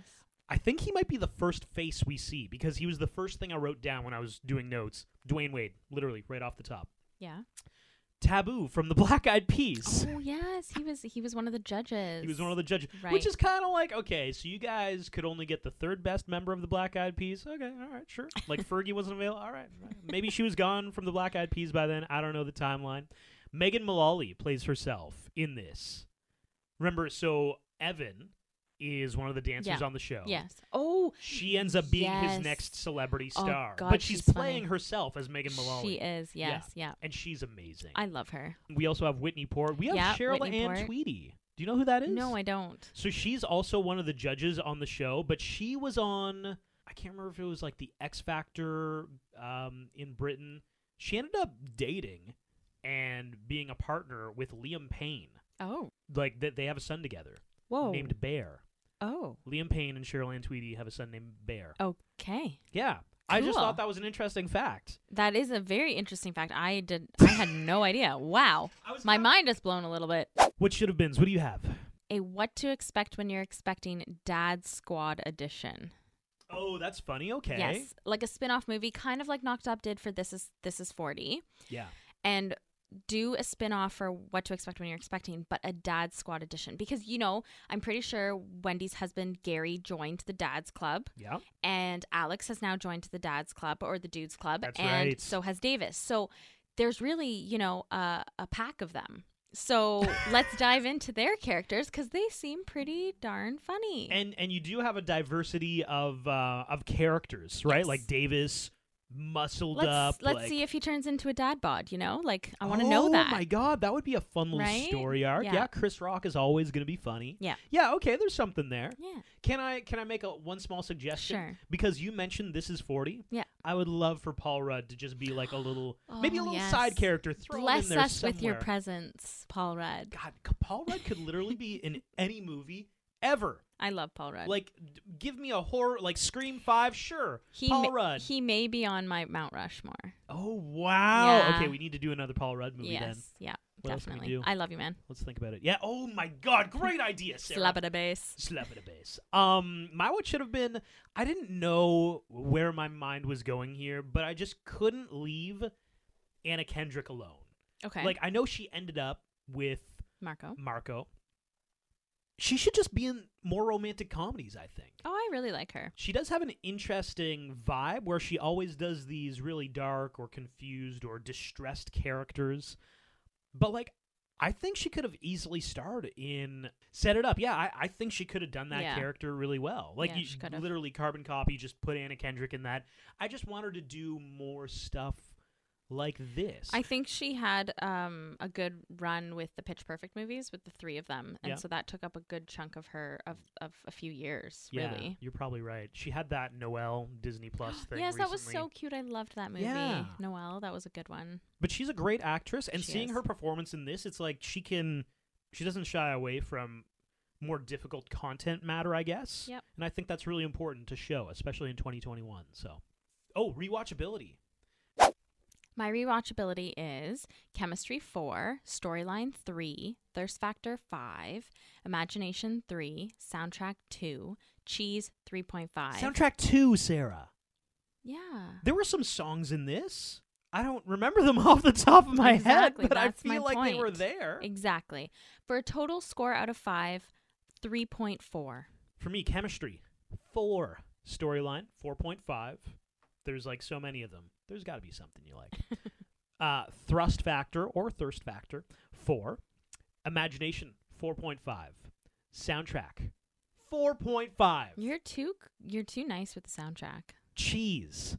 Speaker 2: I think he might be the first face we see because he was the first thing I wrote down when I was doing notes. Dwayne Wade, literally right off the top.
Speaker 1: Yeah.
Speaker 2: Taboo from the Black Eyed Peas.
Speaker 1: Oh yes, he was he was one of the judges.
Speaker 2: He was one of the judges,
Speaker 1: Right.
Speaker 2: which is kind of like okay, so you guys could only get the third best member of the Black Eyed Peas. Okay, all right, sure. Like Fergie wasn't available. All right, all right. maybe she was gone from the Black Eyed Peas by then. I don't know the timeline. Megan Mullally plays herself in this. Remember, so Evan is one of the dancers
Speaker 1: Yeah.
Speaker 2: on the show.
Speaker 1: Yes. Oh,
Speaker 2: She ends up being
Speaker 1: Yes.
Speaker 2: his next celebrity
Speaker 1: Oh,
Speaker 2: star,
Speaker 1: God,
Speaker 2: but she's,
Speaker 1: she's funny.
Speaker 2: playing herself as Megan Mullally.
Speaker 1: Oh, she is.
Speaker 2: Yeah.
Speaker 1: Yes. Yeah.
Speaker 2: and she's amazing.
Speaker 1: I love her.
Speaker 2: We also have Whitney Port. We have
Speaker 1: Yeah,
Speaker 2: Cheryl
Speaker 1: Whitney
Speaker 2: Ann
Speaker 1: Port.
Speaker 2: Tweedy. Do you know who that is?
Speaker 1: No, I don't.
Speaker 2: So she's also one of the judges on the show, but she was on I can't remember if it was like the X Factor um, in Britain. She ended up dating and being a partner with Liam Payne.
Speaker 1: Oh.
Speaker 2: Like that they have a son together.
Speaker 1: Whoa.
Speaker 2: Named Bear.
Speaker 1: Oh.
Speaker 2: Liam Payne and Cheryl Ann Tweedy have a son named Bear.
Speaker 1: Okay.
Speaker 2: Yeah. I just
Speaker 1: Cool.
Speaker 2: thought that was an interesting fact.
Speaker 1: That is a very interesting fact. I did. I had no idea. Wow. My mind is blown a little bit.
Speaker 2: What should have been? What do you have?
Speaker 1: A what to expect when you're expecting Dad Squad edition.
Speaker 2: Oh, that's funny. Okay.
Speaker 1: Yes, like a spin-off movie, kind of like Knocked Up did for This Is This Is Forty,
Speaker 2: Yeah.
Speaker 1: and do a spin-off for What to Expect When You're Expecting, but a Dad Squad edition because you know I'm pretty sure Wendy's husband Gary joined the Dad's Club.
Speaker 2: Yeah.
Speaker 1: and Alex has now joined the Dad's Club or the Dudes Club,
Speaker 2: That's
Speaker 1: and
Speaker 2: right.
Speaker 1: so has Davis. So there's really, you know, uh, a pack of them. So let's dive into their characters because they seem pretty darn funny.
Speaker 2: and and you do have a diversity of uh, of characters, right?
Speaker 1: Yes.
Speaker 2: Like Davis, muscled
Speaker 1: let's
Speaker 2: up.
Speaker 1: let's
Speaker 2: like-
Speaker 1: see if he turns into a dad bod. You know, like I want to
Speaker 2: oh,
Speaker 1: know that.
Speaker 2: my god, that would be a fun little
Speaker 1: Right?
Speaker 2: story arc.
Speaker 1: Yeah.
Speaker 2: Yeah. Chris Rock is always going to be funny.
Speaker 1: Yeah.
Speaker 2: Yeah. Okay. There's something there.
Speaker 1: Yeah.
Speaker 2: Can I can I make a one small suggestion?
Speaker 1: Sure.
Speaker 2: Because you mentioned this is forty.
Speaker 1: Yeah.
Speaker 2: I would love for Paul Rudd to just be like a little, maybe a
Speaker 1: Oh,
Speaker 2: little
Speaker 1: yes.
Speaker 2: side character. Throw him
Speaker 1: Bless
Speaker 2: in there
Speaker 1: us with your
Speaker 2: somewhere.
Speaker 1: presence, Paul Rudd.
Speaker 2: God, Paul Rudd could literally be in any movie ever.
Speaker 1: I love Paul Rudd.
Speaker 2: Like, d- give me a horror, like Scream Five, sure.
Speaker 1: he
Speaker 2: Paul
Speaker 1: may,
Speaker 2: Rudd.
Speaker 1: He may be on my Mount Rushmore.
Speaker 2: Oh wow!
Speaker 1: Yeah.
Speaker 2: Okay, we need to do another Paul Rudd movie
Speaker 1: yes.
Speaker 2: then.
Speaker 1: Yeah.
Speaker 2: What else can we
Speaker 1: definitely.
Speaker 2: do?
Speaker 1: I love you, man.
Speaker 2: Let's think about it. Yeah. Oh my God! Great idea, Sarah.
Speaker 1: Slap at a base.
Speaker 2: Slap at a base. Um, my what should have been. I didn't know where my mind was going here, but I just couldn't leave Anna Kendrick alone.
Speaker 1: Okay.
Speaker 2: Like I know she ended up with
Speaker 1: Marco.
Speaker 2: Marco. She should just be in more romantic comedies. I think.
Speaker 1: Oh, I really like her.
Speaker 2: She does have an interesting vibe where she always does these really dark or confused or distressed characters. But like I think she could have easily starred in Set It Up. Yeah, I, I think she could have done that
Speaker 1: Yeah.
Speaker 2: character really well. Like
Speaker 1: Yeah,
Speaker 2: you
Speaker 1: she could've.
Speaker 2: literally carbon copy, just put Anna Kendrick in that. I just want her to do more stuff like this.
Speaker 1: I think she had um, a good run with the Pitch Perfect movies with the three of them, and
Speaker 2: Yeah.
Speaker 1: so that took up a good chunk of her of, of a few years,
Speaker 2: yeah,
Speaker 1: really.
Speaker 2: you're probably right. She had that Noel Disney Plus thing.
Speaker 1: Yes, that was
Speaker 2: recently.
Speaker 1: so cute. I loved that movie.
Speaker 2: Yeah.
Speaker 1: Noelle, that was a good one.
Speaker 2: but she's a great actress and
Speaker 1: She
Speaker 2: seeing
Speaker 1: is.
Speaker 2: her performance in this it's like she can she doesn't shy away from more difficult content matter i guess
Speaker 1: Yep.
Speaker 2: and i think that's really important to show especially in 2021 so oh rewatchability
Speaker 1: My rewatchability is Chemistry 4, Storyline 3, Thirst Factor 5, Imagination 3, Soundtrack 2, Cheese 3.5.
Speaker 2: soundtrack 2 sarah
Speaker 1: Yeah.
Speaker 2: there were some songs in this i don't remember them off the top of my
Speaker 1: exactly.
Speaker 2: head but i
Speaker 1: that's my
Speaker 2: feel like they were
Speaker 1: point.
Speaker 2: there
Speaker 1: Exactly. For a total score out of 5, 3.4.
Speaker 2: for me chemistry 4 storyline 4.5 there's like so many of them there's got to be something you like uh, thrust factor or thirst factor 4 imagination 4.5 soundtrack 4.5
Speaker 1: You're too you're too nice with the soundtrack.
Speaker 2: cheese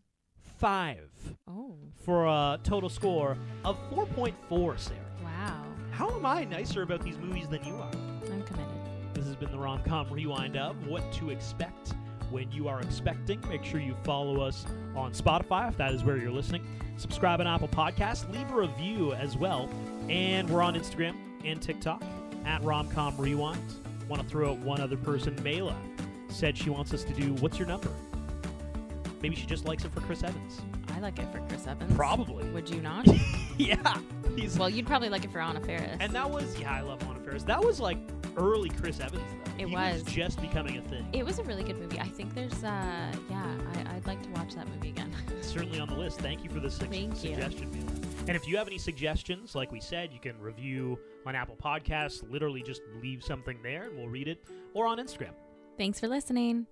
Speaker 2: 5
Speaker 1: Oh,
Speaker 2: for a total score of 4.4 sarah
Speaker 1: wow.
Speaker 2: how am i nicer about these movies than you are
Speaker 1: I'm committed.
Speaker 2: This has been the Rom Com Rewind of What to Expect When You Are Expecting. Make sure you follow us on Spotify if that is where you're listening. Subscribe on Apple Podcasts. Leave a review as well. And we're on Instagram and TikTok at Rom Com Rewind. want to throw out one other person. Mela said she wants us to do what's your number? Maybe she just likes it for Chris Evans.
Speaker 1: I like it for Chris Evans.
Speaker 2: Probably.
Speaker 1: Would you not?
Speaker 2: yeah.
Speaker 1: well, you'd probably like it for Anna Faris.
Speaker 2: And that was yeah, I love Anna Faris. That was like early Chris Evans. Though.
Speaker 1: It
Speaker 2: He
Speaker 1: was.
Speaker 2: just becoming a thing.
Speaker 1: It was a really good movie. I think there's, uh, yeah, I, I'd like to watch that movie again.
Speaker 2: certainly on the list. Thank you for the sug-
Speaker 1: Thank you.
Speaker 2: suggestion, Mila. And if you have any suggestions, like we said, you can review on Apple Podcasts. Literally, just leave something there, and we'll read it, or on Instagram.
Speaker 1: Thanks for listening.